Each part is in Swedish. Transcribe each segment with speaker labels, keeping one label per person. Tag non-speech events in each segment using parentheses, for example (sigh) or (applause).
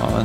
Speaker 1: Ja,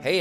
Speaker 2: Hey,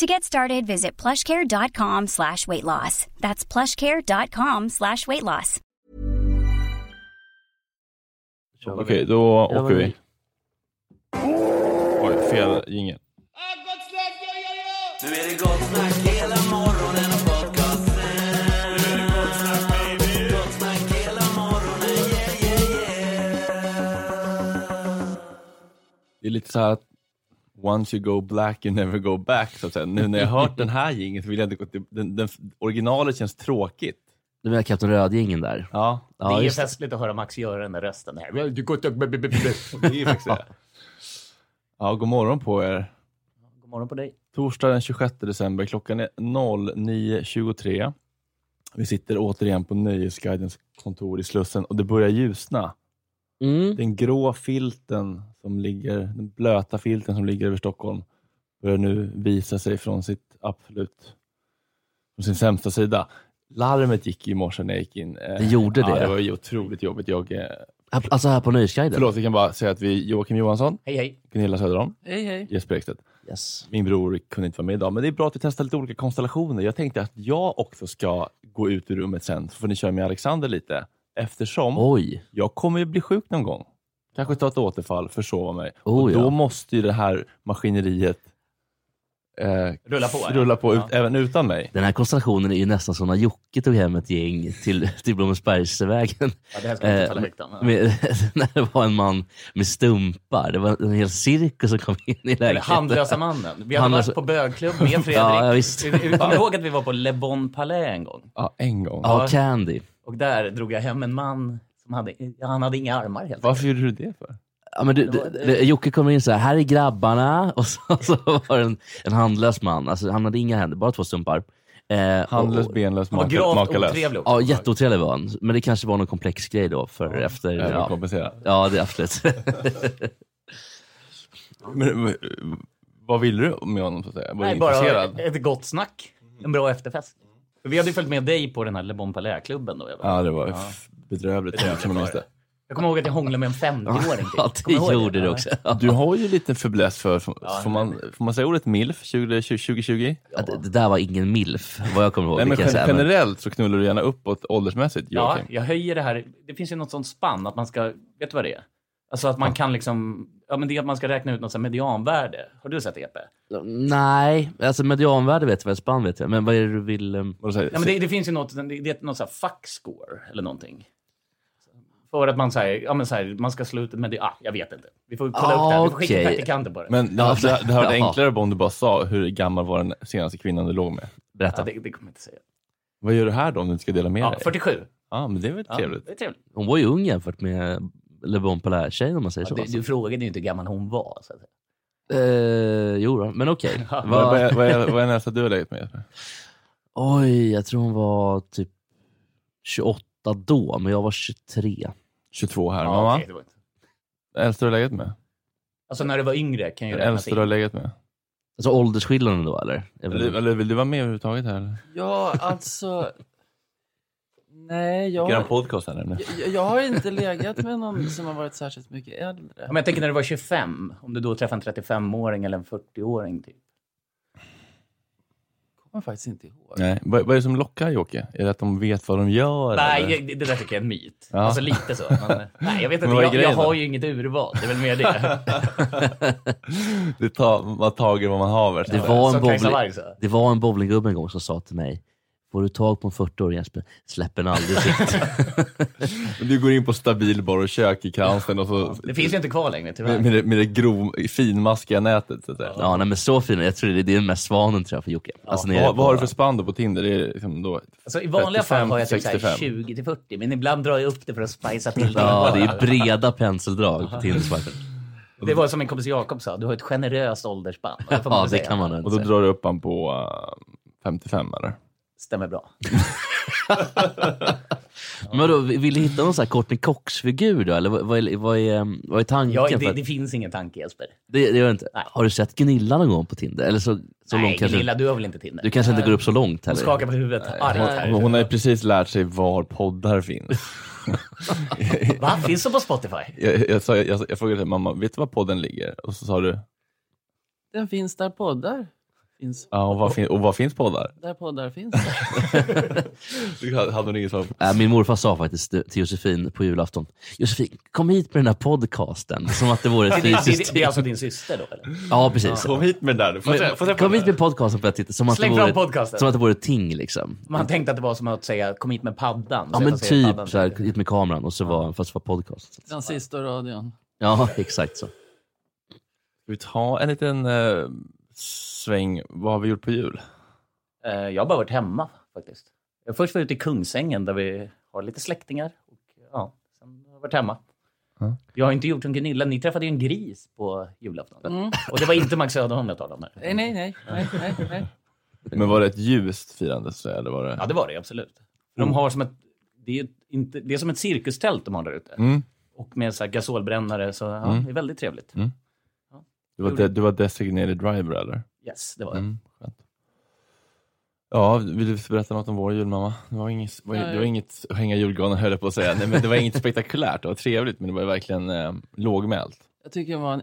Speaker 3: To get started, visit plushcare.com slash weight loss. That's plushcare.com slash weight loss.
Speaker 1: Okej, då åker vi. Oj, fel jingel.
Speaker 4: Nu är det gott snack hela morgonen och podcasten. Nu är det gott snack baby. Gott snack hela morgonen, yeah yeah yeah.
Speaker 1: Det är lite så här att once you go black you never go back. Så att säga. Nu när jag har hört den här jingeln så vill jag inte gå till... Den, den, originalet känns tråkigt.
Speaker 5: Du menar Kapten Rödingen där?
Speaker 1: Ja,
Speaker 5: Ja,
Speaker 6: det är
Speaker 5: just det.
Speaker 6: festligt att höra Max göra den där rösten. Här.
Speaker 1: det är ju faktiskt det. Ja, god morgon på er.
Speaker 6: God morgon på dig.
Speaker 1: Torsdag den 26 december, klockan är 09.23. Vi sitter återigen på Nöjesguidens kontor i Slussen och det börjar ljusna.
Speaker 5: Mm.
Speaker 1: Den grå filten som ligger, den blöta filten som ligger över Stockholm börjar nu visa sig från sitt absolut, från sin sämsta sida. Larmet gick i morse när jag gick in. Eh,
Speaker 5: Det gjorde
Speaker 1: Ja,
Speaker 5: det.
Speaker 1: det var ju otroligt jobbigt. Jag, eh,
Speaker 5: Här- Alltså här på Nöjesguiden?
Speaker 1: förlåt, vi kan bara säga att vi är Joakim Johansson,
Speaker 6: Hej hej.
Speaker 1: Gunilla Söderholm,
Speaker 5: Hej, hej.
Speaker 1: Jesper Ekstedt.
Speaker 5: Yes.
Speaker 1: Min bror kunde inte vara med idag, men det är bra att vi testar lite olika konstellationer. Jag tänkte att jag också ska gå ut ur rummet sen, så får ni köra med Alexander lite. Eftersom
Speaker 5: Oj.
Speaker 1: jag kommer ju bli sjuk någon gång. Kanske ta ett återfall, försova mig.
Speaker 5: Oh,
Speaker 1: och då
Speaker 5: ja.
Speaker 1: måste ju det här maskineriet eh,
Speaker 6: Rulla på, ja.
Speaker 1: rulla på ut,
Speaker 6: Ja.
Speaker 1: även utan mig.
Speaker 5: Den här konstellationen är ju nästan som när Jocke tog hem ett gäng till, till Blommensbergsvägen.
Speaker 6: Ja, det här ska man inte
Speaker 5: Eh,
Speaker 6: falla högtan.
Speaker 5: Med, (laughs) när det var en man med stumpar. Det var en hel cirkus som kom in i
Speaker 6: Eller
Speaker 5: lägenheten.
Speaker 6: Handlösa mannen. Vi hade
Speaker 5: Handlösa-
Speaker 6: varit på bögklubb med
Speaker 5: (laughs)
Speaker 6: Fredrik.
Speaker 5: Ja, visst.
Speaker 6: Vi- vi- vi Kommer ihåg att vi var på Le Bon Palais en gång?
Speaker 1: Ja, en gång.
Speaker 5: (laughs) Ja, Candy.
Speaker 6: Och där drog jag hem en man som hade, han hade inga armar helt enkelt.
Speaker 1: Varför gjorde du det för?
Speaker 5: Ja, men du, du, du, Jocke kommer in så här, här är grabbarna. (laughs) Och så, så var det en, en handlös man. Alltså, han hade inga händer, bara två stumpar. Eh, och-
Speaker 1: Handlös, benlös,
Speaker 6: Han var
Speaker 1: maka-
Speaker 6: gravt
Speaker 1: makalös.
Speaker 6: otrevlig också.
Speaker 5: Ja, jätteotrevlig var han. Men det kanske var någon komplex grej då. För efter, ja.
Speaker 1: Överkompensera.
Speaker 5: ja, det är absolut.
Speaker 1: Men, men, vad ville du med honom? Så att säga? Var du
Speaker 6: Nej, bara
Speaker 1: intresserad?
Speaker 6: ett gott snack. En bra efterfest. För Vi hade ju följt med dig på den här Le Bon Palais-klubben då. Jag, var.
Speaker 1: Ja, det var f- bedrövligt. som jag minns det.
Speaker 6: jag kommer ihåg att jag hånglade med en 50-åring. typ.
Speaker 5: (laughs) ja, det
Speaker 6: Kommer du ihåg
Speaker 5: gjorde du
Speaker 6: Ja.
Speaker 5: också. Ja,
Speaker 1: Du har ju lite fäbless för, får, man, får man säga ordet milf 2020? 2020?
Speaker 5: det, det där var ingen milf, vad jag kommer ihåg.
Speaker 1: Nej,
Speaker 5: det
Speaker 1: men
Speaker 5: kan jag
Speaker 1: gen-
Speaker 5: säga. Men-
Speaker 1: generellt så knullar du gärna uppåt åldersmässigt,
Speaker 6: Ja,
Speaker 1: Joakim.
Speaker 6: jag höjer det här. Det finns ju något sånt spann att man ska, vet du vad det är? Alltså att man kan liksom, ja men det är att man ska räkna ut något sånt medianvärde. Har du sett E det Epe?
Speaker 5: Nej, alltså medianvärde vet jag, vad spann vet jag. Men vad är det du vill... ehm,
Speaker 1: Vad säger-
Speaker 6: Ja, men det, det finns ju något, det, det är något så här fuck score eller någonting. För att man säger, ja men så här, man ska slå ut med det, ah, jag vet inte. Vi får kolla upp det här, vi får skicka
Speaker 5: Okej.
Speaker 6: praktikanter på det.
Speaker 1: Ah, Men det, ja, det, det hade varit
Speaker 5: Ja.
Speaker 1: enklare om du bara sa hur gammal var den senaste kvinnan du låg med.
Speaker 6: ja,
Speaker 5: Berätta.
Speaker 6: det, det kommer jag inte säga.
Speaker 1: Vad gör du här då om du inte ska dela med
Speaker 6: Ja,
Speaker 1: dig?
Speaker 6: 47.
Speaker 1: Ja, men det är väl
Speaker 6: Ja,
Speaker 1: trevligt.
Speaker 6: Det är trevligt.
Speaker 5: Hon var ju ung jämfört med Le Bon Palais-tjejen om man säger
Speaker 6: Ja,
Speaker 5: så.
Speaker 6: du,
Speaker 5: Alltså.
Speaker 6: du frågade ju inte hur gammal hon var. Så att säga.
Speaker 5: Eh, jo då, men okej.
Speaker 6: Ja.
Speaker 1: Vad, vad,
Speaker 5: Vad-
Speaker 1: är- vad, är, vad är nästa du har legat med?
Speaker 5: Oj, jag tror hon var typ 28 då, men jag var 23.
Speaker 1: 22 här.
Speaker 6: Ja,
Speaker 1: Mamma,
Speaker 6: okej, det var inte-
Speaker 1: äldsta du har legat med?
Speaker 6: Alltså när du var yngre kan ju räknas
Speaker 1: Äldsta du har
Speaker 6: in.
Speaker 1: legat med?
Speaker 5: Alltså åldersskillnaden då eller? Jag vet
Speaker 1: Eller,
Speaker 5: inte.
Speaker 1: eller vill du vara med överhuvudtaget här? eller?
Speaker 7: Ja, alltså... (laughs) Nej, jag,
Speaker 1: Ska göra en podcast här nämligen.
Speaker 7: jag, jag har inte legat med någon som har varit särskilt mycket äldre.
Speaker 6: Ja, men jag tänker när du var 25, om du då träffade en 35-åring eller en 40-åring. Typ.
Speaker 7: Jag kommer faktiskt inte ihåg.
Speaker 1: Nej. Vad, vad är det som lockar Jocke? Är det att de vet vad de gör? eller?
Speaker 6: Nej, det, det där tycker jag är en myt.
Speaker 1: Ja.
Speaker 6: Alltså lite så.
Speaker 1: (laughs)
Speaker 6: Men, nej, jag vet inte.
Speaker 1: Men vad är
Speaker 6: Jag, jag
Speaker 1: grejen då?
Speaker 6: har ju inget urval. Det är väl mer
Speaker 1: (laughs)
Speaker 6: det.
Speaker 1: det tar, man tager vad man haver. så
Speaker 5: Det
Speaker 1: att säga.
Speaker 5: var, en
Speaker 6: Som Kajsa
Speaker 5: bowling,
Speaker 6: Warg sa.
Speaker 5: det var en bowlinggubbe en gång som sa till mig, får du tag på en 40-årig Jesper, släpp en aldrig fritt.
Speaker 1: Du går in på stabil bar och kök i kransen och så
Speaker 6: Det finns ju inte kvar längre tyvärr.
Speaker 1: med, med det, med det grov, finmaskiga nätet. Så att säga.
Speaker 5: ja, nej, men så fin. Jag tror det, det är den mest svanen tror jag för Jocke. Alltså, nere
Speaker 1: Vad,
Speaker 5: på-
Speaker 1: vad har du för spann då på Tinder? Det är liksom då
Speaker 6: Alltså, I vanliga
Speaker 1: 35,
Speaker 6: fall har jag typ så här
Speaker 1: 65.
Speaker 6: 20 till 40, men ibland drar jag upp det för att spicea till det.
Speaker 5: Ja, det är breda penseldrag på Tinderswipen.
Speaker 6: Det var som min kompis Jakob sa, du har ett generöst åldersspann. Det får
Speaker 5: (laughs)
Speaker 6: man
Speaker 5: Ja,
Speaker 6: väl
Speaker 5: det
Speaker 6: säga.
Speaker 5: kan man nog
Speaker 1: Och
Speaker 5: inte
Speaker 1: då
Speaker 5: säga.
Speaker 1: drar du upp han på eh, 55 eller?
Speaker 6: Stämmer bra.
Speaker 5: Men då, vill du hitta någon sån här Courtney Cox-figur då? Eller vad, vad, är, vad, är, ehm, vad är tanken?
Speaker 6: Ja,
Speaker 5: för
Speaker 6: det,
Speaker 5: att-
Speaker 6: det finns ingen tanke Jesper.
Speaker 5: det, det gör det inte.
Speaker 6: Nej.
Speaker 5: Har du sett Gnilla någon gång på Tinder? Eller så, så
Speaker 6: Nej,
Speaker 5: långt kanske,
Speaker 6: Gunilla, du har väl inte Tinder?
Speaker 5: Du kanske inte går upp så långt
Speaker 6: Hon
Speaker 5: heller?
Speaker 6: skakar på huvudet argt här.
Speaker 1: Hon, hon har ju precis lärt sig var
Speaker 5: (laughs)
Speaker 1: poddar finns.
Speaker 6: Va? Finns de på Spotify?
Speaker 1: Jag, jag, sa, jag, jag frågade mamma, vet du var podden ligger? Och så sa du,
Speaker 7: Den finns där poddar finns.
Speaker 1: ja och var, fin- och var finns poddar?
Speaker 7: Där poddar finns.
Speaker 1: Så hade hade hon inget svar på.
Speaker 5: Äh, Min morfar sa faktiskt till Josefin på julafton, Josefin, kom hit med den här podcasten. Som att det vore ett
Speaker 6: Det, det,
Speaker 5: fysiskt...
Speaker 6: det, det är alltså din syster då eller?
Speaker 5: Ja, precis.
Speaker 1: Kom hit med den där du. Får jag se- får jag se på
Speaker 5: Kom
Speaker 1: den?
Speaker 5: hit med podcasten för att titta. Som att, det
Speaker 6: Släng fram
Speaker 5: vore,
Speaker 6: podcasten.
Speaker 5: som att det vore ett ting liksom.
Speaker 6: Man tänkte att det var som att säga kom hit med paddan.
Speaker 5: Ja
Speaker 6: Så
Speaker 5: men
Speaker 6: jag säger
Speaker 5: typ
Speaker 6: paddan.
Speaker 5: såhär, hit med kameran och så var, fast det var podcast.
Speaker 7: Den sista radion.
Speaker 5: Ja, (laughs) exakt så.
Speaker 1: Ska vi ta en liten eh, sväng, vad har vi gjort på jul?
Speaker 6: Eh, Jag har bara varit hemma faktiskt. Jag först var ute i Kungsängen där vi har lite släktingar. Och, ja, sen har jag varit hemma.
Speaker 1: Ja.
Speaker 6: Jag har inte gjort som Gunilla, ni träffade ju en gris på julafton.
Speaker 7: Mm.
Speaker 6: Och det var inte Max Söderholm jag talade om här.
Speaker 7: Nej, nej, nej. nej, nej, nej.
Speaker 1: Men var det ett ljust firande? Så, eller var det...
Speaker 6: Ja, det var det absolut. De har som ett, det, är ett- inte, det är som ett cirkustält de har där ute.
Speaker 1: Mm.
Speaker 6: Och med så här gasolbrännare, så ja,
Speaker 1: Mm.
Speaker 6: det är väldigt trevligt.
Speaker 1: Mm. Du var, de, du var designated driver eller?
Speaker 6: Yes, det var det.
Speaker 1: Mm, skönt. Ja, vill du berätta något om vår julmamma? Det var inget, var, det var
Speaker 7: Nej.
Speaker 1: inget att hänga i julgranen höll jag på att säga. Nej, men det var inget spektakulärt, det var trevligt men det var verkligen eh, lågmält.
Speaker 7: Jag tycker det var en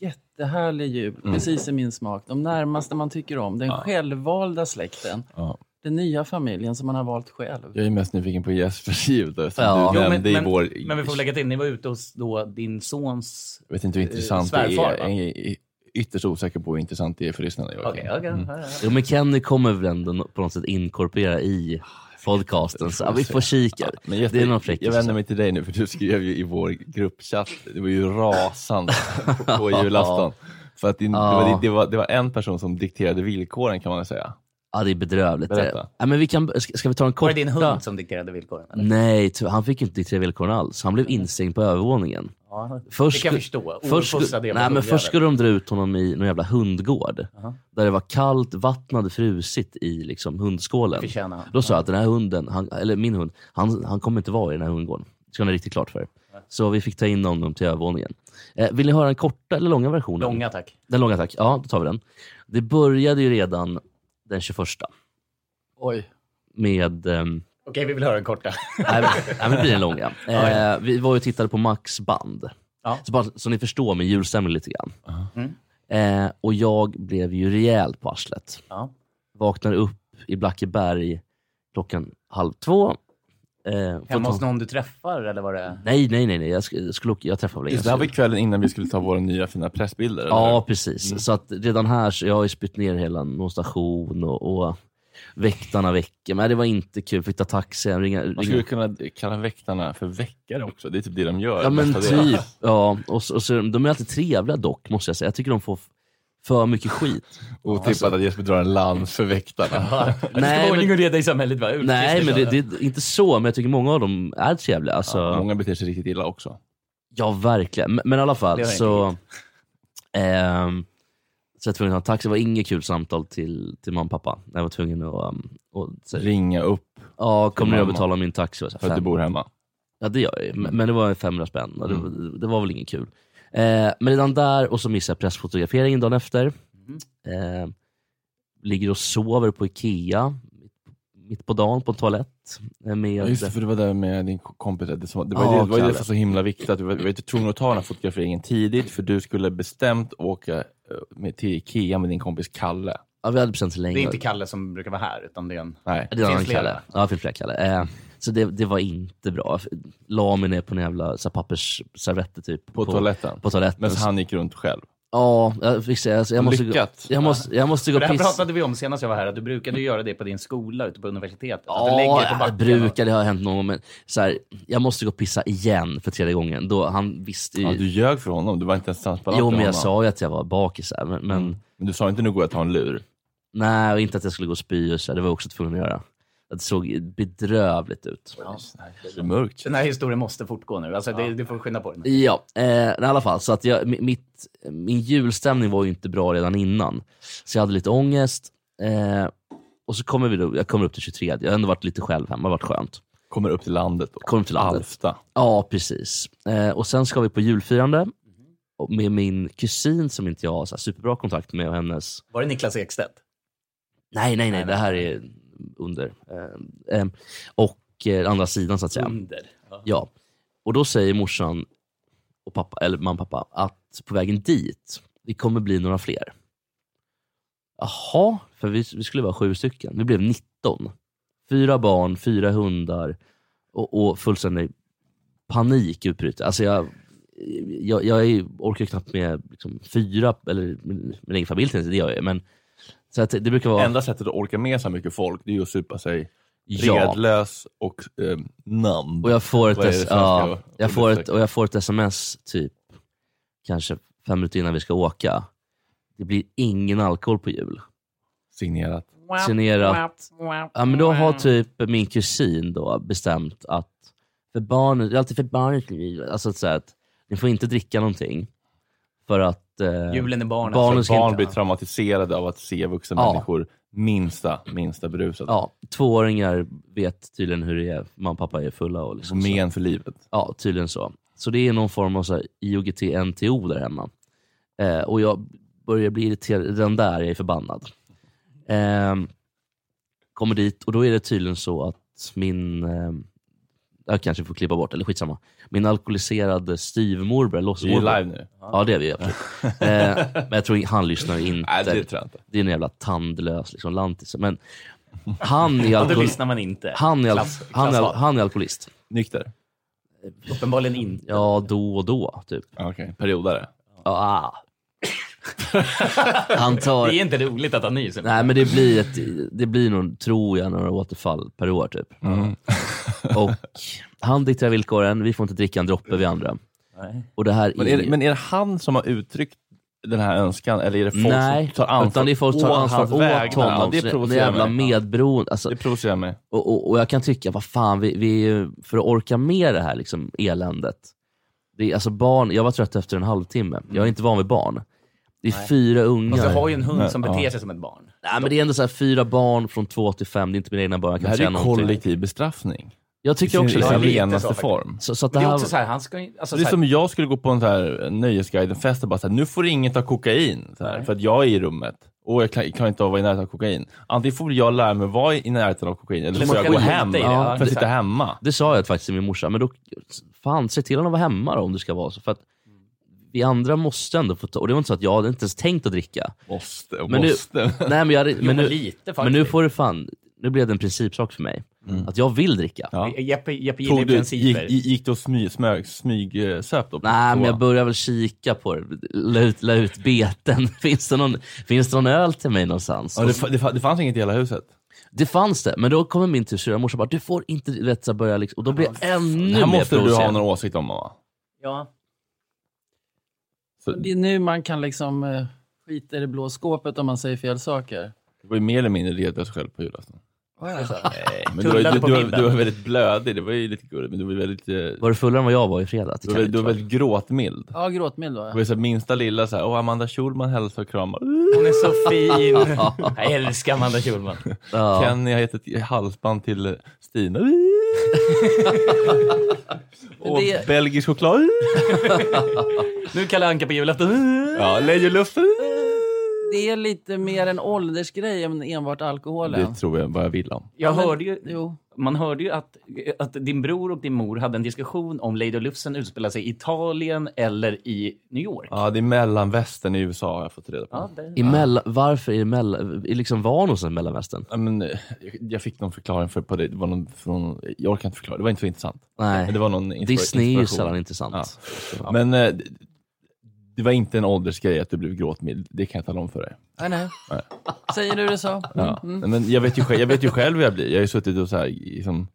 Speaker 7: jättehärlig jul,
Speaker 1: Mm.
Speaker 7: Typ precis i min smak. De närmaste man tycker om, den
Speaker 1: Ja.
Speaker 7: självvalda släkten,
Speaker 1: Ja.
Speaker 7: den nya familjen som man har valt själv.
Speaker 1: Jag är mest nyfiken på Jespers (laughs) jul då, som
Speaker 5: Ja.
Speaker 1: du
Speaker 6: Jo, men-
Speaker 1: nämnde
Speaker 6: men-
Speaker 1: i vår...
Speaker 6: Men vi får väl lägga till, ni var ute hos då din sons...
Speaker 1: jag vet inte hur intressant
Speaker 6: eh,
Speaker 1: det
Speaker 6: svärfar,
Speaker 1: är.
Speaker 6: va?
Speaker 1: Jag är ytterst osäker på hur intressant det är för lyssnarna. Joakim.
Speaker 6: Okej, okej.
Speaker 1: Mm.
Speaker 5: Jo, men Kenny kommer väl ändå nå- på något sätt inkorporera i podcasten. Så, ja, vi får kika.
Speaker 1: Men Jesper,
Speaker 5: Det är någon fräckis.
Speaker 1: jag vänder mig till dig nu för du skrev ju i vår gruppchatt, det var ju rasande på- på julafton. För att det, det,
Speaker 5: Ja.
Speaker 1: var, det, var, det var en person som dikterade villkoren kan man väl säga.
Speaker 5: Ja, det är bedrövligt.
Speaker 1: Berätta.
Speaker 5: Ja, men vi kan, ska, ska vi ta en kort...
Speaker 6: Var det din hund som dikterade villkoren? Eller?
Speaker 5: Nej, ty- han fick ju inte diktera villkoren alls. Han blev instängd på övervåningen.
Speaker 6: Ja,
Speaker 5: Först
Speaker 6: det kan
Speaker 5: sku-
Speaker 6: jag förstå.
Speaker 5: Först,
Speaker 6: Ouppfostrad
Speaker 5: sku-
Speaker 6: jävla
Speaker 5: nej, men
Speaker 6: ungjävel.
Speaker 5: först skulle de dra ut honom i någon jävla hundgård. Där det var kallt, vattnet hade frusit i liksom, hundskålen.
Speaker 6: Förtjänar han.
Speaker 5: Då sa jag att den här hunden, han, eller min hund, han, han kommer inte vara i den här hundgården. Det ska ni ha riktigt klart för er. Så vi fick ta in honom till övervåningen. Eh, vill ni höra den korta eller långa versionen?
Speaker 6: Långa tack.
Speaker 5: Den långa tack. Ja, då tar vi den. Det började ju redan den 21
Speaker 7: Oj.
Speaker 5: med ehm,
Speaker 6: Okej, vi vill höra den korta.
Speaker 5: Nej, men- nej, men det blir den långa. Eh, vi var ju och tittade på Max band.
Speaker 6: Ja. Mm.
Speaker 5: Så, bara, så ni förstår min julstämning lite grann. Eh, och jag blev ju rejält på arslet.
Speaker 6: Ja.
Speaker 5: Vaknade upp i Blackeberg klockan halv två. Eh,
Speaker 6: (laughs) Hemma
Speaker 5: fått-
Speaker 6: hos någon du träffar eller vad det är?
Speaker 5: Nej, nej, nej. nej. Jag, sk- jag, skulle, åka- jag träffade väl
Speaker 1: Just, det här var kvällen innan vi skulle ta våra nya fina pressbilder. eller
Speaker 5: Ja,
Speaker 1: hur?
Speaker 5: precis.
Speaker 1: Mm.
Speaker 5: Så att redan här, så jag har ju spytt ner hela någon station och, och väktarna väcker. Men det var inte kul. Fick ta taxin, ringa...
Speaker 1: Man
Speaker 5: ringa
Speaker 1: skulle kunna kalla väktarna för väckare också, det är typ det de gör.
Speaker 5: Ja men
Speaker 1: Mestadels.
Speaker 5: typ. Ja, och så, och så, de är alltid trevliga dock, måste jag säga. Jag tycker de får f- för mycket
Speaker 1: (laughs)
Speaker 5: skit.
Speaker 1: Otippat typ att Jesper drar en lans för väktarna.
Speaker 6: Det ska vara
Speaker 5: men-
Speaker 6: ordning och reda i samhället va?
Speaker 5: Nej, men det, det är inte så, men jag tycker många av dem är trevliga. Alltså, ja.
Speaker 1: Många beter sig riktigt illa också.
Speaker 5: verkligen. Men, men i alla
Speaker 6: Det
Speaker 5: fall
Speaker 6: har jag
Speaker 5: så... Ehm, så jag var tvungen att ta en taxi. Det var inget kul samtal till, till mamma och pappa. Jag var tvungen att... Um, och, så,
Speaker 1: Ringa upp
Speaker 5: ja, kommer ni att
Speaker 1: mamma.
Speaker 5: betala min taxi? Jag sa,
Speaker 1: för att du
Speaker 5: "Fem."
Speaker 1: bor hemma.
Speaker 5: Ja, det gör jag
Speaker 1: Mm.
Speaker 5: ju. Men men det var en 500 spänn och det, det var väl inget kul. Eh, men redan där, och så missade jag pressfotograferingen dagen efter.
Speaker 1: Mm.
Speaker 5: Eh, ligger och sover på Ikea mitt på dagen på en toalett. eh,
Speaker 1: Ja,
Speaker 5: Med,
Speaker 1: just det, för du var där med din kompis. Det som- det var
Speaker 5: Ja,
Speaker 1: ju det, det var ju det
Speaker 5: Kalle.
Speaker 1: som var så himla viktigt. Att du var du var ju tvungen att ta den här fotograferingen tidigt för du skulle bestämt åka eh, med, till Ikea med din kompis Kalle.
Speaker 5: ja, vi hade bestämt sig länge.
Speaker 6: Det är inte Kalle som brukar vara här, utan det är en...
Speaker 1: Nej.
Speaker 5: Ja, Det var
Speaker 6: Finns
Speaker 5: en
Speaker 6: flera.
Speaker 5: Kalle. Ja, det finns flera Kalle. Eh, så det, det var inte bra. Jag La mig ner på en jävla så här, pappersservetter typ.
Speaker 1: På, toaletten.
Speaker 5: På toaletten.
Speaker 1: Men han gick runt själv.
Speaker 5: Ja, jag fick säga. Alltså, jag måste, gå-
Speaker 1: Lyckat.
Speaker 5: Jag måste, jag måste gå
Speaker 6: Det
Speaker 5: och
Speaker 6: här
Speaker 5: pissa.
Speaker 6: pratade vi om senast jag var här, att du brukade ju göra det på din skola ute på universitetet. att du lägger dig på
Speaker 5: Ja, det
Speaker 6: backen
Speaker 5: brukar, det har hänt någon gång. Men så här, jag måste gå och pissa igen för tredje gången. Då, han visste ju...
Speaker 1: Ja, du ljög för honom, du var inte ens transparent
Speaker 5: jo,
Speaker 1: för
Speaker 5: men jag
Speaker 1: honom.
Speaker 5: sa ju att jag var bakis. här, Men, men
Speaker 1: Men du sa inte nu går jag och tar en lur.
Speaker 5: nej, och inte att jag skulle gå och spy. Och så här, det var jag också tvungen att göra. Det såg bedrövligt ut.
Speaker 1: Det är mörkt.
Speaker 6: Den här historien måste fortgå nu. Alltså, det, du får skynda på den.
Speaker 5: Ja, eh, i alla fall. Så att jag, mi- mitt, min julstämning var ju inte bra redan innan. Så jag hade lite ångest. Eh, och så kommer vi då, jag kommer upp till 23. Jag har ändå varit lite själv hemma, det har varit skönt.
Speaker 1: Kommer upp till landet då.
Speaker 5: Kommer upp till landet.
Speaker 1: Alfta.
Speaker 5: Ja, precis. Eh, och sen ska vi på julfirande och med min kusin som inte jag har så här superbra kontakt med och hennes...
Speaker 6: Var det Niklas Ekstedt?
Speaker 5: Nej, nej, nej, det här är under. Eh, eh, och eh, andra sidan så att säga.
Speaker 6: Under. Ja.
Speaker 5: Ja. Och då säger morsan och pappa, eller mamma och pappa att på vägen dit, det kommer bli några fler. Jaha, för vi, vi skulle vara sju stycken. Vi blev 19. Fyra barn, fyra hundar och, och fullständig panik utbryter. Alltså jag, jag, jag är, orkar knappt med liksom fyra, eller min, min egen familj, det gör jag ju, men så att det, det brukar vara...
Speaker 1: Enda sättet att orka med så här mycket folk, det är ju att supa sig
Speaker 5: Ja.
Speaker 1: redlös och eh, namn.
Speaker 5: Och jag får ett,
Speaker 1: Vad är det
Speaker 5: S-
Speaker 1: svenska
Speaker 5: ja,
Speaker 1: ordet
Speaker 5: jag får ett,
Speaker 1: söker?
Speaker 5: och jag får ett sms typ kanske fem minuter innan vi ska åka. Det blir ingen alkohol på jul.
Speaker 1: Signerat.
Speaker 5: Signerat. Ja, men då har typ min kusin då bestämt att för barnet, det är alltid för barnet liv. Alltså att, så här, att ni får inte dricka någonting. För att... Eh,
Speaker 6: Julen är barnens.
Speaker 5: Barnen
Speaker 6: Så
Speaker 5: ska
Speaker 1: Barn
Speaker 5: inte-
Speaker 1: blir traumatiserade av att se vuxna
Speaker 5: Ja.
Speaker 1: människor minsta, minsta bruset.
Speaker 5: ja, tvååringar vet tydligen hur det är. Mamma och pappa är fulla. Och
Speaker 1: Och
Speaker 5: liksom, så.
Speaker 1: Men för livet.
Speaker 5: Ja, tydligen så. Så det är någon form av så här IOGT-NTO där hemma. Eh, och jag börjar bli irriterad. Den där är jag förbannad. Eh, kommer dit och då är det tydligen så att min, eh, jag kanske får klippa bort, eller skitsamma. Min alkoholiserade styvmorbror, eller
Speaker 1: Vi är
Speaker 5: låtsasmorbror.
Speaker 1: live nu.
Speaker 5: Ja, det är vi
Speaker 1: (laughs)
Speaker 5: absolut. eh, men jag tror han lyssnar inte.
Speaker 1: Nej, det tror jag inte.
Speaker 5: Det är en jävla tandlös liksom, lantis. Men
Speaker 1: (laughs)
Speaker 5: han är,
Speaker 6: Ja, då
Speaker 5: alkohol...
Speaker 6: lyssnar man inte.
Speaker 5: han, är al...
Speaker 6: Klass-
Speaker 5: han, är al...
Speaker 6: klassval.
Speaker 5: han är alkoholist.
Speaker 1: Nykter?
Speaker 6: Uppenbarligen inte.
Speaker 5: Ja, då och då. Typ.
Speaker 1: Ja, Okej, periodare.
Speaker 5: Ah. han
Speaker 6: Det
Speaker 5: tar...
Speaker 6: är inte roligt att han nyser.
Speaker 5: Nej, men det blir, ett, det blir nog, tror jag, några återfall per år. Typ.
Speaker 1: Mm. (laughs)
Speaker 5: och han dikterar villkoren, vi får inte dricka en droppe vi andra.
Speaker 6: Nej.
Speaker 5: Och det här
Speaker 1: Men är, det, men är det han som har uttryckt den här önskan eller är det folk
Speaker 5: Nej,
Speaker 1: som tar ansvar
Speaker 5: utan det är folk som tar
Speaker 1: å
Speaker 5: ansvar
Speaker 1: hans
Speaker 5: åt
Speaker 1: vägnar? Ja,
Speaker 5: honom. så det-
Speaker 1: Det
Speaker 5: det är
Speaker 1: provocerar
Speaker 5: jävla
Speaker 1: mig.
Speaker 5: medberoende. Alltså,
Speaker 1: Det provocerar mig.
Speaker 5: Och, och, och jag kan tycka, vad fan, vi, vi, är ju- för att orka med det här liksom, eländet. Det är, alltså barn, jag var trött efter en halvtimme. Jag är inte van vid barn. Det är fyra
Speaker 6: Fast
Speaker 5: ungar.
Speaker 6: Alltså, du har ju en hund som
Speaker 1: Nej,
Speaker 6: beter
Speaker 1: ja.
Speaker 6: sig som ett barn.
Speaker 5: Nej, men det är ändå så här, fyra barn från två till fem. Det är inte mina egna barn. Jag
Speaker 1: Det
Speaker 5: kan
Speaker 1: här
Speaker 5: säga
Speaker 1: är ju
Speaker 5: någonting.
Speaker 1: kollektiv bestraffning.
Speaker 5: Jag
Speaker 1: Det
Speaker 5: tycker också
Speaker 1: i
Speaker 5: det.
Speaker 6: Ja,
Speaker 1: sin
Speaker 6: lite så
Speaker 1: renaste
Speaker 6: faktiskt.
Speaker 1: form.
Speaker 5: Så, så att det
Speaker 6: Men det är
Speaker 5: här,
Speaker 6: också så här, han ska ju... Alltså,
Speaker 1: det är
Speaker 6: så här,
Speaker 1: som jag skulle gå på en så här Nöjesguiden-fest och bara så här, nu får ingen ta kokain, så här, för att jag är i rummet. Och jag kan, kan inte vara i närheten av kokain. Antingen får väl jag lära mig vara i närheten av kokain, eller så
Speaker 6: Eller
Speaker 1: får
Speaker 6: man
Speaker 1: jag
Speaker 6: kan
Speaker 1: gå
Speaker 6: skita
Speaker 1: hem
Speaker 6: i det,
Speaker 5: ja.
Speaker 1: för att
Speaker 6: Exakt.
Speaker 1: sitta hemma.
Speaker 5: det sa jag faktiskt till min morsa. Men då, fan, se till att vara hemma då, om du ska vara så. För att vi andra måste ändå få ta... Och det var inte så att jag hade inte ens tänkt att dricka.
Speaker 1: Måste,
Speaker 5: Men nu-
Speaker 1: måste.
Speaker 5: Nej, men jag,
Speaker 6: (laughs)
Speaker 5: hade-
Speaker 6: jo,
Speaker 5: men
Speaker 6: men
Speaker 5: nu,
Speaker 6: lite faktiskt.
Speaker 5: men nu får du fan... Nu blev det en principsak för mig. Att jag vill dricka.
Speaker 1: Mm. Ja.
Speaker 6: Jeppe, Jeppe gillar
Speaker 1: (laughs) Tog
Speaker 6: ju
Speaker 1: du, gick,
Speaker 6: principer.
Speaker 1: gick du och smyg, smög, smyg, eh, söp då? på
Speaker 5: Nej, men
Speaker 1: toa?
Speaker 5: jag börjar väl kika på det. La ut, la ut beten. (laughs) finns, det någon, finns det någon öl till mig någonstans?
Speaker 1: ja, det, fa- det, fa- det fanns inget i hela huset.
Speaker 5: Det fanns det, men då kommer min till syrra och morsan och bara, du får inte du vet, så här börja liksom. Och då blir jag
Speaker 1: Det
Speaker 5: ännu mer
Speaker 1: här måste du ha
Speaker 5: provocerad.
Speaker 1: någon åsikt om mamma.
Speaker 6: Ja.
Speaker 1: Så,
Speaker 7: Det är nu man kan liksom eh, skita i det blå skåpet om man säger fel saker.
Speaker 1: du var ju mer eller mindre redo sig själv på julafton.
Speaker 5: (laughs)
Speaker 1: Nej, men du, var,
Speaker 6: Tullade
Speaker 1: ju- du,
Speaker 6: på
Speaker 1: du, var,
Speaker 6: bilden.
Speaker 1: du var väldigt blödig, det var ju lite gulligt, men du var ju väldigt, eh, du
Speaker 5: Var du fullare än vad jag var i fredag? Det
Speaker 1: var,
Speaker 5: kan
Speaker 1: väldigt-
Speaker 5: jag
Speaker 1: du var
Speaker 5: inte
Speaker 1: väldigt gråtmild.
Speaker 7: Ja, gråtmild var
Speaker 1: Det
Speaker 7: jag.
Speaker 1: var ju så här minsta lilla såhär, åh Amanda Schulman hälsar och kramar.
Speaker 6: Hon är
Speaker 5: (laughs)
Speaker 6: så fin. Jag älskar Amanda Schulman.
Speaker 5: vara. ja.
Speaker 1: Kenny har gett ett halsband till eh,
Speaker 7: (laughs)
Speaker 1: Stina. och
Speaker 7: det-
Speaker 1: belgisk choklad.
Speaker 6: Nu Kalle Anka på julafton.
Speaker 1: ja, lejonluften.
Speaker 7: Det är lite mer en åldersgrej än enbart alkoholen.
Speaker 1: Det tror jag vad jag vill om.
Speaker 6: Jag
Speaker 7: Men-
Speaker 6: hörde ju...
Speaker 7: Jo.
Speaker 6: Man hörde ju att, att din bror och din mor hade en diskussion om Lady Lufsen utspelar sig i Italien eller i New York.
Speaker 1: Ja, det är mellanvästern i USA har jag fått reda på.
Speaker 6: Ja, det-
Speaker 5: I mella, varför är det mella, är liksom var någonstans i mellanvästern?
Speaker 1: Ja, men, eh, jag- jag fick någon förklaring för, på det. det var någon från, jag orkar inte förklara, det var inte så intressant.
Speaker 5: Nej,
Speaker 1: Men det var någon inspira-
Speaker 5: Disney är ju
Speaker 1: inspiration.
Speaker 5: sällan intressant.
Speaker 1: Ja. Men eh, det- det var inte en åldersgrej att du blev gråtmild, det kan jag tala om för dig.
Speaker 7: Nej, nej. Säger du det så? Mm.
Speaker 1: Ja. Men jag, vet ju själv, jag vet ju själv hur jag blir. Jag har ju suttit och så här, liksom,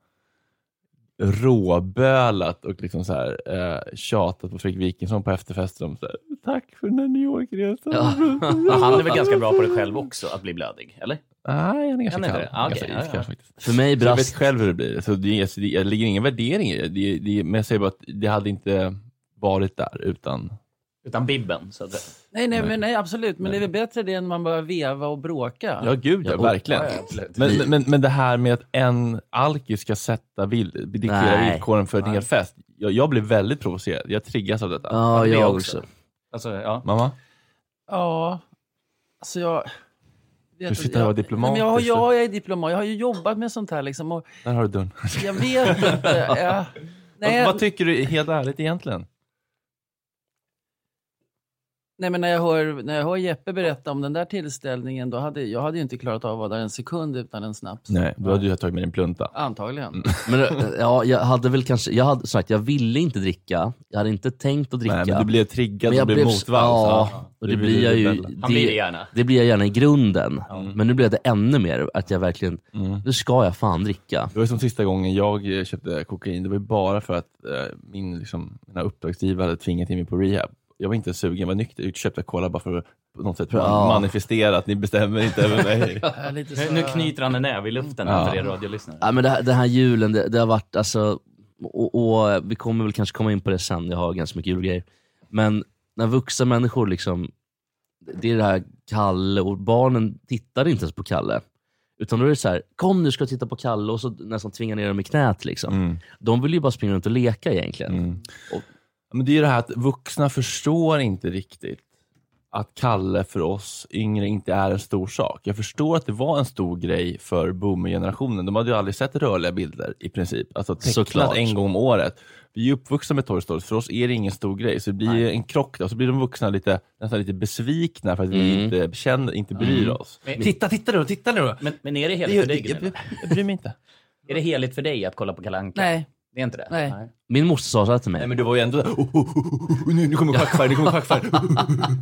Speaker 1: råbölat och liksom så här, eh, tjatat på Fredrik Wikingsson på efterfesten om så här, tack för den här New York-resan.
Speaker 6: Ja, han är väl ganska bra på det själv också, att bli blödig? Eller?
Speaker 1: Nej, han är
Speaker 6: Han
Speaker 1: ganska
Speaker 6: är
Speaker 1: kall.
Speaker 6: det? Ah, okej.
Speaker 1: Ganska
Speaker 6: Ja, ja.
Speaker 1: iskall faktiskt.
Speaker 5: För mig
Speaker 1: Så jag vet
Speaker 5: brast...
Speaker 1: själv hur det blir. Så det, är- så det, det ligger ingen värdering i det. det, det. Men jag säger bara att det hade inte varit där utan...
Speaker 6: Utan Bibben, så att säga.
Speaker 7: Nej, nej, men, nej, absolut. Men det är väl bättre det än man börjar veva och bråka?
Speaker 1: Ja, gud ja,
Speaker 5: Ja, och-
Speaker 1: verkligen.
Speaker 6: ja, absolut.
Speaker 1: men, men- men, men det här med att en alkis ska sätta vill, diktera
Speaker 5: Nej.
Speaker 1: villkoren för en hel fest. Jag, jag blir väldigt provocerad. Jag triggas av detta.
Speaker 5: Ja,
Speaker 6: Det
Speaker 5: jag
Speaker 6: också.
Speaker 5: också.
Speaker 6: Alltså, ja.
Speaker 1: Mamma,
Speaker 7: Ja, alltså jag... Vet
Speaker 1: du
Speaker 7: att
Speaker 1: sitter här och är
Speaker 7: jag, Nej,
Speaker 1: diplomat.
Speaker 7: men jag, har- ja, jag är diplomat. Jag har ju jobbat med sånt här liksom. Och
Speaker 1: Där har du dörren.
Speaker 7: jag vet inte. Jag, nej,
Speaker 1: (laughs) Vad, vad tycker du helt ärligt egentligen?
Speaker 7: nej, men när jag, hör, när jag hör Jeppe berätta om den där tillställningen, då hade jag hade ju inte klarat av att vara där en sekund utan en snaps.
Speaker 1: Nej, då hade du tagit med din plunta.
Speaker 7: Antagligen.
Speaker 1: Mm.
Speaker 5: Men, eh, ja, jag hade väl kanske... Jag hade sagt, jag ville inte dricka. Jag hade inte tänkt att dricka.
Speaker 1: Nej, men du blev triggad
Speaker 5: Men
Speaker 1: och
Speaker 5: jag
Speaker 1: blev
Speaker 5: blev-
Speaker 1: motvalls.
Speaker 5: ja, och
Speaker 1: Du
Speaker 5: det blir jag ju...
Speaker 1: rebell.
Speaker 6: Han blir det gärna.
Speaker 5: Det blir jag gärna i grunden.
Speaker 1: Mm.
Speaker 5: Men nu blev det ännu mer att jag verkligen, nu ska jag fan dricka.
Speaker 1: Det var ju som sista gången jag eh, köpte kokain. Det var ju bara för att eh, min, liksom, mina uppdragsgivare hade tvingat in mig på rehab. Jag var inte sugen, jag var nykter. Jag köpte cola bara för att på något sätt
Speaker 5: Ja.
Speaker 1: manifestera att ni bestämmer inte
Speaker 5: (laughs)
Speaker 1: över mig.
Speaker 7: Jag är lite
Speaker 6: Nu,
Speaker 7: så,
Speaker 6: nu knyter han en näve i luften
Speaker 1: Ja.
Speaker 6: för er radiolyssnare.
Speaker 5: Ja, men det, här- den här julen, det, det har varit alltså, och, och vi kommer väl kanske komma in på det sen, jag har ganska mycket julgrejer. Men när vuxna människor liksom, det är det här Kalle och barnen tittar inte ens på Kalle. Utan då är det så här, kom nu ska jag titta på Kalle och så nästan tvinga ner dem i knät. Liksom.
Speaker 1: Mm.
Speaker 5: De vill ju bara springa runt och leka egentligen.
Speaker 1: Mm. Men det är ju det här att vuxna förstår inte riktigt att Kalle för oss yngre inte är en stor sak. Jag förstår att det var en stor grej för boomergenerationen. De hade ju aldrig sett rörliga bilder i princip. Alltså tecknat
Speaker 5: Såklart.
Speaker 1: en gång om året. Vi är ju uppvuxna med Toy Story, för oss är det ingen stor grej. Så det blir ju en krock där. Och så blir de vuxna lite, nästan lite besvikna för att vi inte, känner, inte bryr oss.
Speaker 6: Men-
Speaker 1: Titta, titta nu, titta nu!
Speaker 6: Men, men är det
Speaker 1: Jag,
Speaker 6: heligt för
Speaker 1: jag,
Speaker 6: dig,
Speaker 1: jag,
Speaker 6: Gunilla?
Speaker 1: jag bryr mig inte.
Speaker 6: Är det heligt för dig att kolla på Kalle Anka?
Speaker 7: Nej.
Speaker 6: Det är inte det?
Speaker 7: Nej.
Speaker 5: Min moster sa så här till mig.
Speaker 1: Nej men det var ju ändå oh, oh, oh, oh, nu, nu kommer schackfärg, nu kommer schackfärg.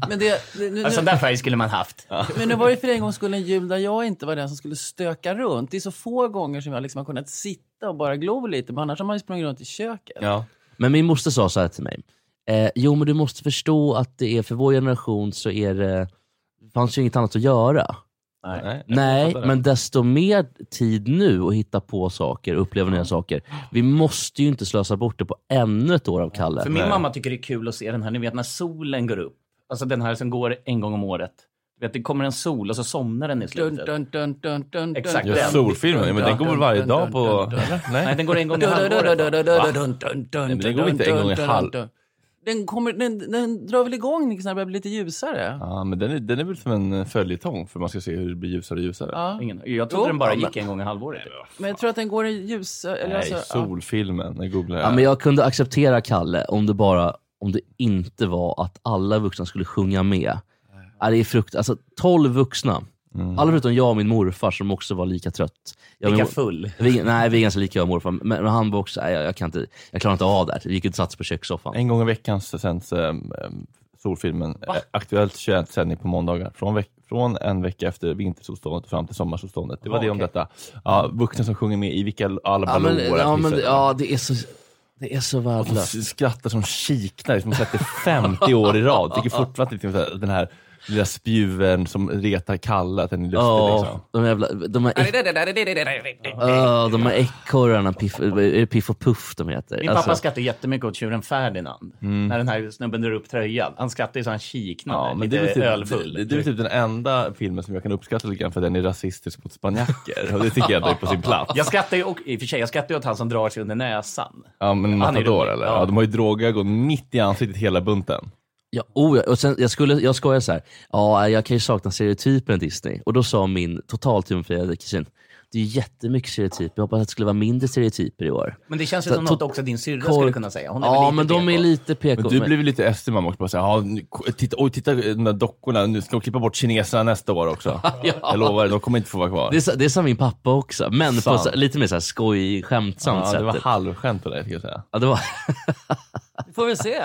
Speaker 7: Men, det, det, nu,
Speaker 6: En sån
Speaker 7: nu,
Speaker 6: Alltså, där färg skulle man haft.
Speaker 7: men nu var det för en gångs skull en jul där jag inte var den som skulle stöka runt. Det är så få gånger som jag liksom har kunnat sitta och bara glo lite. Men annars har man ju sprungit runt i köket.
Speaker 1: ja.
Speaker 5: Men min moster sa så här till mig. Eh, jo, men du måste förstå att det är för vår generation så är det, det fanns ju inget annat att göra.
Speaker 1: Nej,
Speaker 5: Nej,
Speaker 1: jag fattar det.
Speaker 5: men desto mer tid nu att hitta på saker och uppleva nya saker. Vi måste ju inte slösa bort det på ännu ett år av Kalle.
Speaker 6: För min
Speaker 1: Nej.
Speaker 6: mamma tycker det är kul att se den här, ni vet när solen går upp. Alltså den här som går en gång om året. Du vet, det kommer en sol och så somnar den i
Speaker 7: Dun,
Speaker 6: slutet.
Speaker 7: dun, dun, dun, dun,
Speaker 6: Exakt.
Speaker 7: dun,
Speaker 1: Ja,
Speaker 6: Den.
Speaker 1: solfilmen, ja, men den går väl varje dag på...
Speaker 6: Nej,
Speaker 1: Nej.
Speaker 6: den går en gång
Speaker 7: (laughs)
Speaker 6: i
Speaker 7: Dun, dun, dun,
Speaker 6: halvåret.
Speaker 7: dun,
Speaker 6: va?
Speaker 7: dun, dun, dun, dun, dun,
Speaker 1: men den går inte en
Speaker 7: dun,
Speaker 1: gång i
Speaker 7: dun,
Speaker 1: halv-
Speaker 7: dun. Den, kommer, den, den drar väl igång liksom när det börjar bli lite ljusare?
Speaker 1: Ja, men den är, den är väl som en följetong för man ska se hur det blir ljusare och ljusare.
Speaker 7: Ja.
Speaker 6: Ingen, jag trodde
Speaker 7: Jo,
Speaker 6: den bara
Speaker 7: men-
Speaker 6: gick en gång i halvåret.
Speaker 7: Men jag tror att den går i ljus... Eller
Speaker 1: Nej,
Speaker 7: alltså, ja.
Speaker 1: solfilmen, jag googlar
Speaker 5: Ja,
Speaker 1: här.
Speaker 5: men jag kunde acceptera Kalle om det bara om det inte var att alla vuxna skulle sjunga med. Ja, det är frukt, alltså 12 vuxna.
Speaker 1: Mm.
Speaker 5: Alla förutom jag och min morfar som också var lika trött. Jag och min
Speaker 6: Lika
Speaker 5: mor-
Speaker 6: full.
Speaker 5: Vi, nej, vi är ganska lika jag och morfar. Men, men han var också, nej, jag, jag, kan inte, jag klarar inte av det här. Vi gick ut och satte oss på kökssoffan.
Speaker 1: En gång i veckan så sänds ehm, ehm, solfilmen. Eh, Aktuellt 21 sändning på måndagar. Från, veck- från en vecka efter vintersolståndet fram till sommarsolståndet.
Speaker 7: Ah,
Speaker 1: Det var det om detta. Ja, vuxna som sjunger med i vilka alla
Speaker 5: Ja, men,
Speaker 1: ballorer.
Speaker 5: ja, men,
Speaker 1: pissar.
Speaker 5: ja, det är så, det är så
Speaker 1: Som
Speaker 5: värdelöst.
Speaker 1: skrattar som kiknar, liksom, som sett det 50 år i rad.
Speaker 5: (laughs)
Speaker 1: Tycker fortfarande inte liksom, den här lilla spjuven som retar Kalle, att den är lustig.
Speaker 5: Ja,
Speaker 1: Liksom.
Speaker 5: de jävla, de här, äck, oh, de här ekorrarna, piff, är det Piff och Puff de heter?
Speaker 6: Min
Speaker 5: Alltså,
Speaker 6: pappa skrattar jättemycket åt tjuren Ferdinand. När den här snubben drar upp tröjan. Han skrattar ju så han kiknar.
Speaker 1: Mm. Ja, men det
Speaker 6: lite
Speaker 1: är, väl
Speaker 6: ölfull.
Speaker 1: typ, det, det är väl typ den enda filmen som jag kan uppskatta lite grann för den är rasistisk mot spanjacker. Och det tycker jag ändå är på sin plats.
Speaker 6: Jag skrattar ju, och, i och för sig, jag skrattar ju åt han som drar sig under näsan.
Speaker 1: Ja,
Speaker 6: Han
Speaker 1: men
Speaker 6: är
Speaker 1: Matador
Speaker 6: rolig.
Speaker 1: eller?
Speaker 6: Ja.
Speaker 1: Ja. de har ju drogögon mitt i ansiktet hela bunten.
Speaker 5: Ja, oh, ja. Och sen, jag, skulle, jag skojar så här. Ja, jag kan ju sakna stereotypen Disney. Och då sa min totalt triumferade kusin, det är ju jättemycket stereotyper. Jag hoppas att det skulle vara mindre stereotyper i år.
Speaker 6: Men det känns ju
Speaker 5: Så-
Speaker 6: som
Speaker 5: to-
Speaker 6: något också din syrra
Speaker 5: Kork-
Speaker 6: skulle kunna säga. Hon är väl
Speaker 5: ja,
Speaker 6: lite
Speaker 5: men de är
Speaker 6: PK.
Speaker 5: lite PK.
Speaker 1: Men du
Speaker 5: men-
Speaker 1: blev ju lite SD mamma också. Bara så här, ja, nu- k- titta, oj, titta de där dockorna. Nu ska de klippa bort kineserna nästa
Speaker 6: (laughs)
Speaker 1: år också. Jag lovar, de kommer inte få vara kvar.
Speaker 5: Det, sa- det sa min pappa också, men på
Speaker 1: Sant.
Speaker 5: så, lite mer så här skoj, skämtsamt
Speaker 1: ja,
Speaker 5: sätt.
Speaker 1: det var halvskämt på dig, ska jag säga.
Speaker 5: ja, det var...
Speaker 7: Vi får väl se.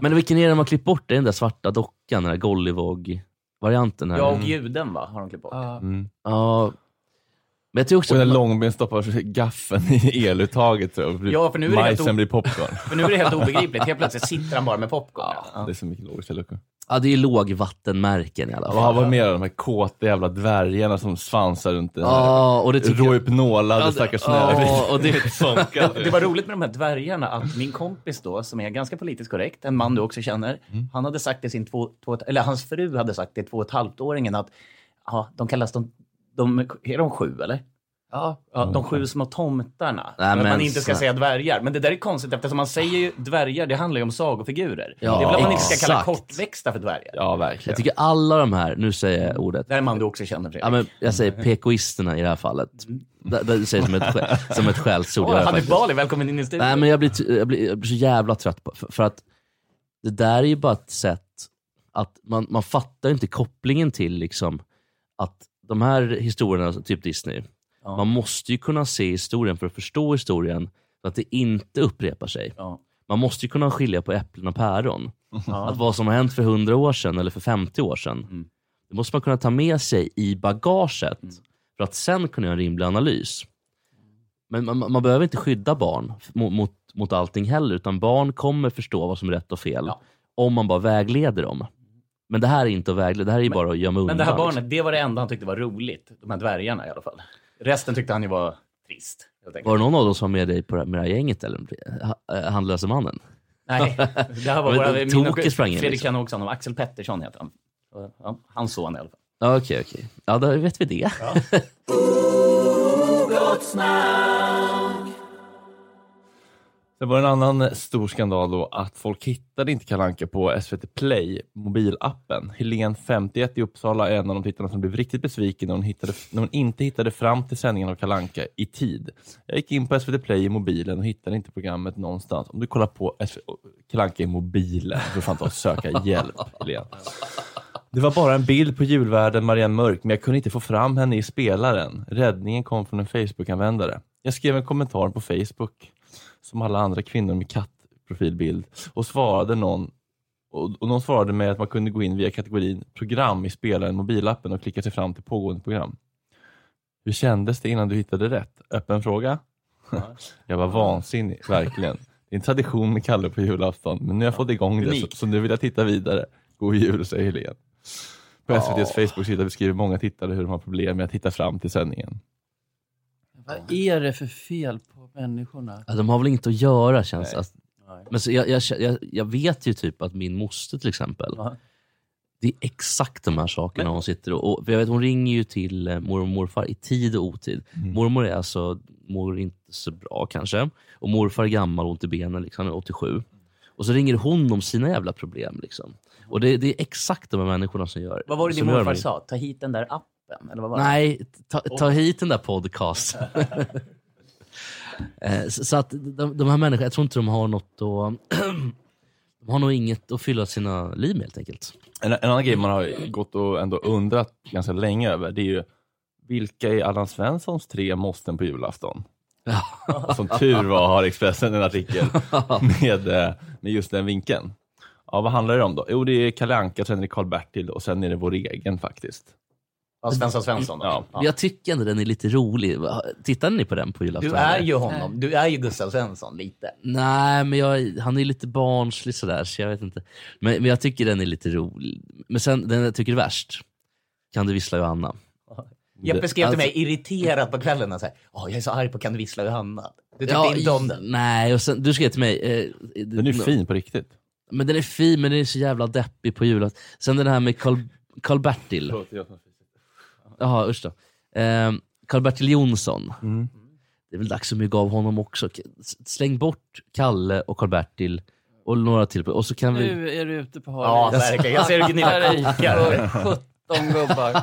Speaker 5: Men vilken är det man klippt bort? Det är den där svarta dockan, den där Gollivåg-varianten. här.
Speaker 6: Jag och juden va, har de klippt bort.
Speaker 5: Ja. Men jag tycker också...
Speaker 1: Och när Långben stoppar gaffeln i eluttaget. Så blir,
Speaker 6: Ja, för nu är det helt o-
Speaker 1: majsen blir popcorn.
Speaker 6: För nu är det helt obegripligt. Helt plötsligt sitter han bara med popcorn.
Speaker 1: Det är så mycket logiska luckor.
Speaker 5: Ja, det är lågvattenmärken i alla
Speaker 1: Och han
Speaker 5: fall.
Speaker 1: var med de här kåta jävla dvärgarna som svansar runt den här
Speaker 5: Ja, och det tycker jag...
Speaker 1: råhypnolade stackars
Speaker 5: Ja, och det...
Speaker 1: (laughs)
Speaker 6: Det var roligt med de här dvärgarna att min kompis då, som är ganska politiskt korrekt, en man du också känner, han hade sagt till sin två, två, eller hans fru hade sagt till två och ett halvt-åringen att ja, de kallas de, de, är de sju eller?
Speaker 7: Ja.
Speaker 6: Ja, de sju små tomtarna.
Speaker 5: Nej,
Speaker 6: men att
Speaker 5: men
Speaker 6: man inte ska
Speaker 5: så-
Speaker 6: säga dvärgar. Men det där är konstigt eftersom man säger ju dvärgar, det handlar ju om sagofigurer.
Speaker 5: Ja,
Speaker 6: det är väl att man inte ska kalla
Speaker 5: exakt.
Speaker 6: kortväxta för dvärgar.
Speaker 1: Ja,
Speaker 5: Jag
Speaker 1: verkligen.
Speaker 5: tycker alla de här, nu säger jag ordet,
Speaker 6: Det här är man du också känner Fredrik.
Speaker 5: ja, men jag säger PKisterna i det här fallet. Det, det säger jag som ett, skä- som ett skällsord.
Speaker 6: Mm. Åh,
Speaker 5: Jag
Speaker 6: Hanif
Speaker 5: faktiskt-
Speaker 6: Bali, välkommen in i studion.
Speaker 5: Nej, men jag blir, ty- jag, blir, jag blir så jävla trött på för, för att det där är ju bara ett sätt att man, man fattar inte kopplingen till liksom att de här historierna, typ Disney,
Speaker 6: Ja.
Speaker 5: man måste ju kunna se historien för att förstå historien så att det inte upprepar sig.
Speaker 6: Ja.
Speaker 5: Man måste ju kunna skilja på äpplen och päron.
Speaker 6: Ja. Mm.
Speaker 5: Att vad som har hänt för 100 år sedan eller för 50 år sedan, det måste man kunna ta med sig i bagaget för att sen kunna göra en rimlig analys. Men man, man behöver inte skydda barn f- mot, mot, mot allting heller, utan barn kommer förstå vad som är rätt och fel
Speaker 6: Ja.
Speaker 5: om man bara vägleder dem. Men det här är inte att vägleda, det här är ju bara att gömma undan.
Speaker 6: Men det här
Speaker 5: liksom.
Speaker 6: barnet, det var det enda han tyckte var roligt. De här dvärgarna i alla fall. Resten tyckte han ju var trist. helt enkelt.
Speaker 5: Var det någon av dem som var med dig på det här, med det här gänget, eller Ha- eh, han löse mannen?
Speaker 6: Nej, det här var
Speaker 5: Men
Speaker 6: våra...
Speaker 5: det-
Speaker 6: min-
Speaker 5: Toke sprang in,
Speaker 6: Fredrik
Speaker 5: liksom.
Speaker 6: kan också honom. Axel Pettersson heter han. Ja, hans son i alla fall.
Speaker 5: Ja, Okej, okej. Ja, då vet vi det.
Speaker 1: Sen var det en annan eh, stor skandal då att folk hittade inte Kalanka på SVT Play, mobilappen. Helen 51 i Uppsala är en av de tittarna som blev riktigt besviken när hon, hittade, när hon inte hittade fram till sändningen av Kalanka i tid. Jag gick in på SVT Play i mobilen och hittade inte programmet någonstans. Om du kollar på Kalanka i mobilen så får du fan ta och söka hjälp, Helen. Det var bara en bild på julvärden Marianne Mörk, men jag kunde inte få fram henne i spelaren. Räddningen kom från en Facebook-användare. Jag skrev en kommentar på Facebook, som alla andra kvinnor med kattprofilbild, och svarade någon och och någon svarade mig att man kunde gå in via kategorin program i spelaren mobilappen och klicka sig fram till pågående program. Hur kändes det innan du hittade rätt? Öppen fråga. (laughs) jag var vansinnig, verkligen. Det är en tradition med Kalle på julafton, men nu har jag fått igång det, så,
Speaker 6: Unik.
Speaker 1: så nu vill jag titta vidare. God jul, säger Helene. På SVTs Facebook-sida beskriver många tittare hur de har problem med att hitta fram till sändningen.
Speaker 7: Vad är det för fel på människorna?
Speaker 5: Ja, de har väl inget att göra känns
Speaker 1: Nej.
Speaker 5: det. Alltså, Men så jag, jag, jag, jag vet ju typ att min moster till exempel,
Speaker 6: Ja.
Speaker 5: det är exakt de här sakerna hon sitter och... och för jag vet, hon ringer ju till eh, mormor och morfar i tid och otid.
Speaker 6: Mm.
Speaker 5: Mormor är alltså mor inte så bra kanske. Och morfar är gammal och ont i benen, liksom, han är 87. Och så ringer hon om sina jävla problem. Liksom. Och det, det är exakt de här människorna som gör
Speaker 6: Vad var det din
Speaker 5: som gör
Speaker 6: morfar
Speaker 5: mig-
Speaker 6: sa? Ta hit den där appen? Eller vad var det?
Speaker 5: Nej, ta, ta hit den där
Speaker 6: (laughs)
Speaker 5: podcasten. Eh, så så att de, de här människorna, jag tror inte de har något att... (clears throat) de har nog inget att fylla sina liv med helt enkelt.
Speaker 1: En, en annan grej man har gått och ändå undrat ganska länge över, det är ju vilka är Allan Svenssons tre måsten på julafton? Som tur var har Expressen
Speaker 6: (laughs)
Speaker 1: en artikel med, eh, med just den vinkeln. Ja, vad handlar det om då? Jo, det är Kalle Anka, sen är det Karl-Bertil och sen är det vår egen faktiskt.
Speaker 6: Ja, Svensson Svensson då?
Speaker 1: Ja.
Speaker 5: Jag tycker ändå den är lite rolig. Va- Tittade ni på den på julafton?
Speaker 6: Du är
Speaker 5: eller?
Speaker 6: ju honom. Du är ju Gustav Svensson lite.
Speaker 5: Nej, men jag, han är lite barnslig sådär, så jag vet inte. Men, men jag tycker den är lite rolig. Men sen, den jag tycker är värst, Kan du vissla Johanna?
Speaker 6: Jeppe skrev till
Speaker 5: Alltså-
Speaker 6: mig irriterat på kvällen. och så här, "Åh, jag är så arg på Kan du vissla Johanna? typ Du tyckte inte om den.
Speaker 5: Nej, och sen, du skrev till mig... Eh,
Speaker 1: Den är ju fin på riktigt.
Speaker 5: Men den är fin, men den är så jävla deppig på julen. Sen den här med Carl- Carl-Bertil. Jaha, usch då. Eh, Carl-Bertil Jonsson. Det är väl dags att mygga av honom också. K- s- Släng bort Kalle och Carl-Bertil och några till. Och så kan vi...
Speaker 7: Nu är du ute på
Speaker 6: Ja,
Speaker 7: havet.
Speaker 6: verkligen. Jag ser hur Gunilla kokar.
Speaker 7: För 17 gubbar.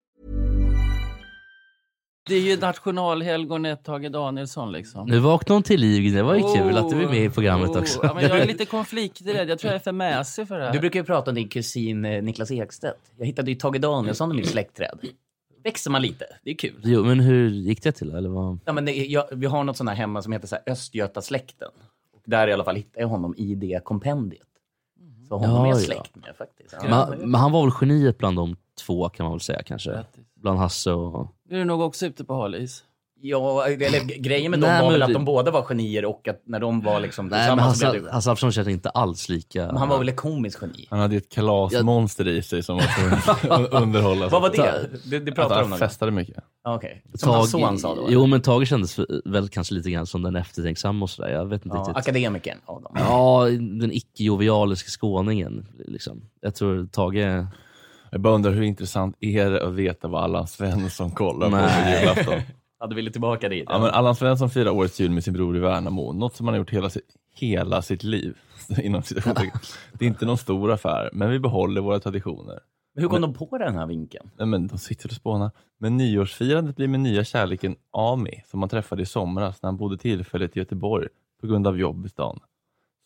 Speaker 7: Det är ju nationalhelgonet Tage Danielsson liksom.
Speaker 5: Nu vaknade hon till liv. Det var ju kul att du är med i programmet
Speaker 7: Oh,
Speaker 5: också.
Speaker 7: Ja, men jag är lite konflikträdd. Jag tror jag är för mäsig för det här.
Speaker 6: Du brukar ju prata om din kusin eh, Niklas Ekstedt. Jag hittade ju Tage Danielsson i mitt släktträd. Växer man lite. Det är kul.
Speaker 5: (laughs) Jo, men hur gick det till då? Eller vad?
Speaker 6: Ja, men det, är- jag, vi har något sånt här hemma som heter så här Östgötasläkten. Och där i alla fall hittade jag honom i det kompendiet. Så honom
Speaker 5: Ja,
Speaker 6: är jag
Speaker 5: ja.
Speaker 6: släkt med faktiskt. Ja.
Speaker 5: Men, men han var väl geniet bland de två kan man väl säga kanske.
Speaker 7: Grattis.
Speaker 5: Bland Hasse och...
Speaker 7: Nu är du nog också ute på halis.
Speaker 6: Ja, eller grejen med dem
Speaker 5: Nej,
Speaker 6: var
Speaker 5: men
Speaker 6: väl att
Speaker 5: det-
Speaker 6: de båda var genier och att när de var liksom
Speaker 5: Nej, men alltså-
Speaker 6: tillsammans så blev
Speaker 5: Hasse,
Speaker 6: det...
Speaker 5: Hasse Alfredsson känns inte alls lika...
Speaker 6: Men han var väl ett komiskt geni?
Speaker 1: Han hade ju ett kalasmonster i sig som var tvungen att (laughs) underhålla.
Speaker 6: Vad var det?
Speaker 5: Alltså,
Speaker 6: Det, det
Speaker 1: Att
Speaker 6: pratar om
Speaker 1: han
Speaker 6: någon.
Speaker 1: festade mycket.
Speaker 6: Ja, Okej. Som hans son sa då?
Speaker 5: Jo, men Tage kändes för- väl kanske lite grann som den eftertänksamma och sådär. Jag vet inte
Speaker 6: ja,
Speaker 5: riktigt.
Speaker 6: akademikern av dem.
Speaker 5: Ja, den icke-jovialiska skåningen. Liksom. Jag tror Tage...
Speaker 1: Jag bara undrar hur intressant är det att veta vad Allan Svensson kollar på på
Speaker 5: Nej.
Speaker 1: julafton?
Speaker 6: Hade ville tillbaka dit.
Speaker 1: Ja, men Allan Svensson firar årets jul med sin bror i Värnamo, något som han har gjort hela, si- hela sitt liv. (laughs) Inom situationstecken. det är inte någon stor affär, men vi behåller våra traditioner.
Speaker 6: Men hur kom de på den här vinkeln?
Speaker 1: Nej, men de sitter och spånar. Men nyårsfirandet blir med nya kärleken Ami, som han träffade i somras när han bodde tillfälligt i Göteborg på grund av jobb i stan.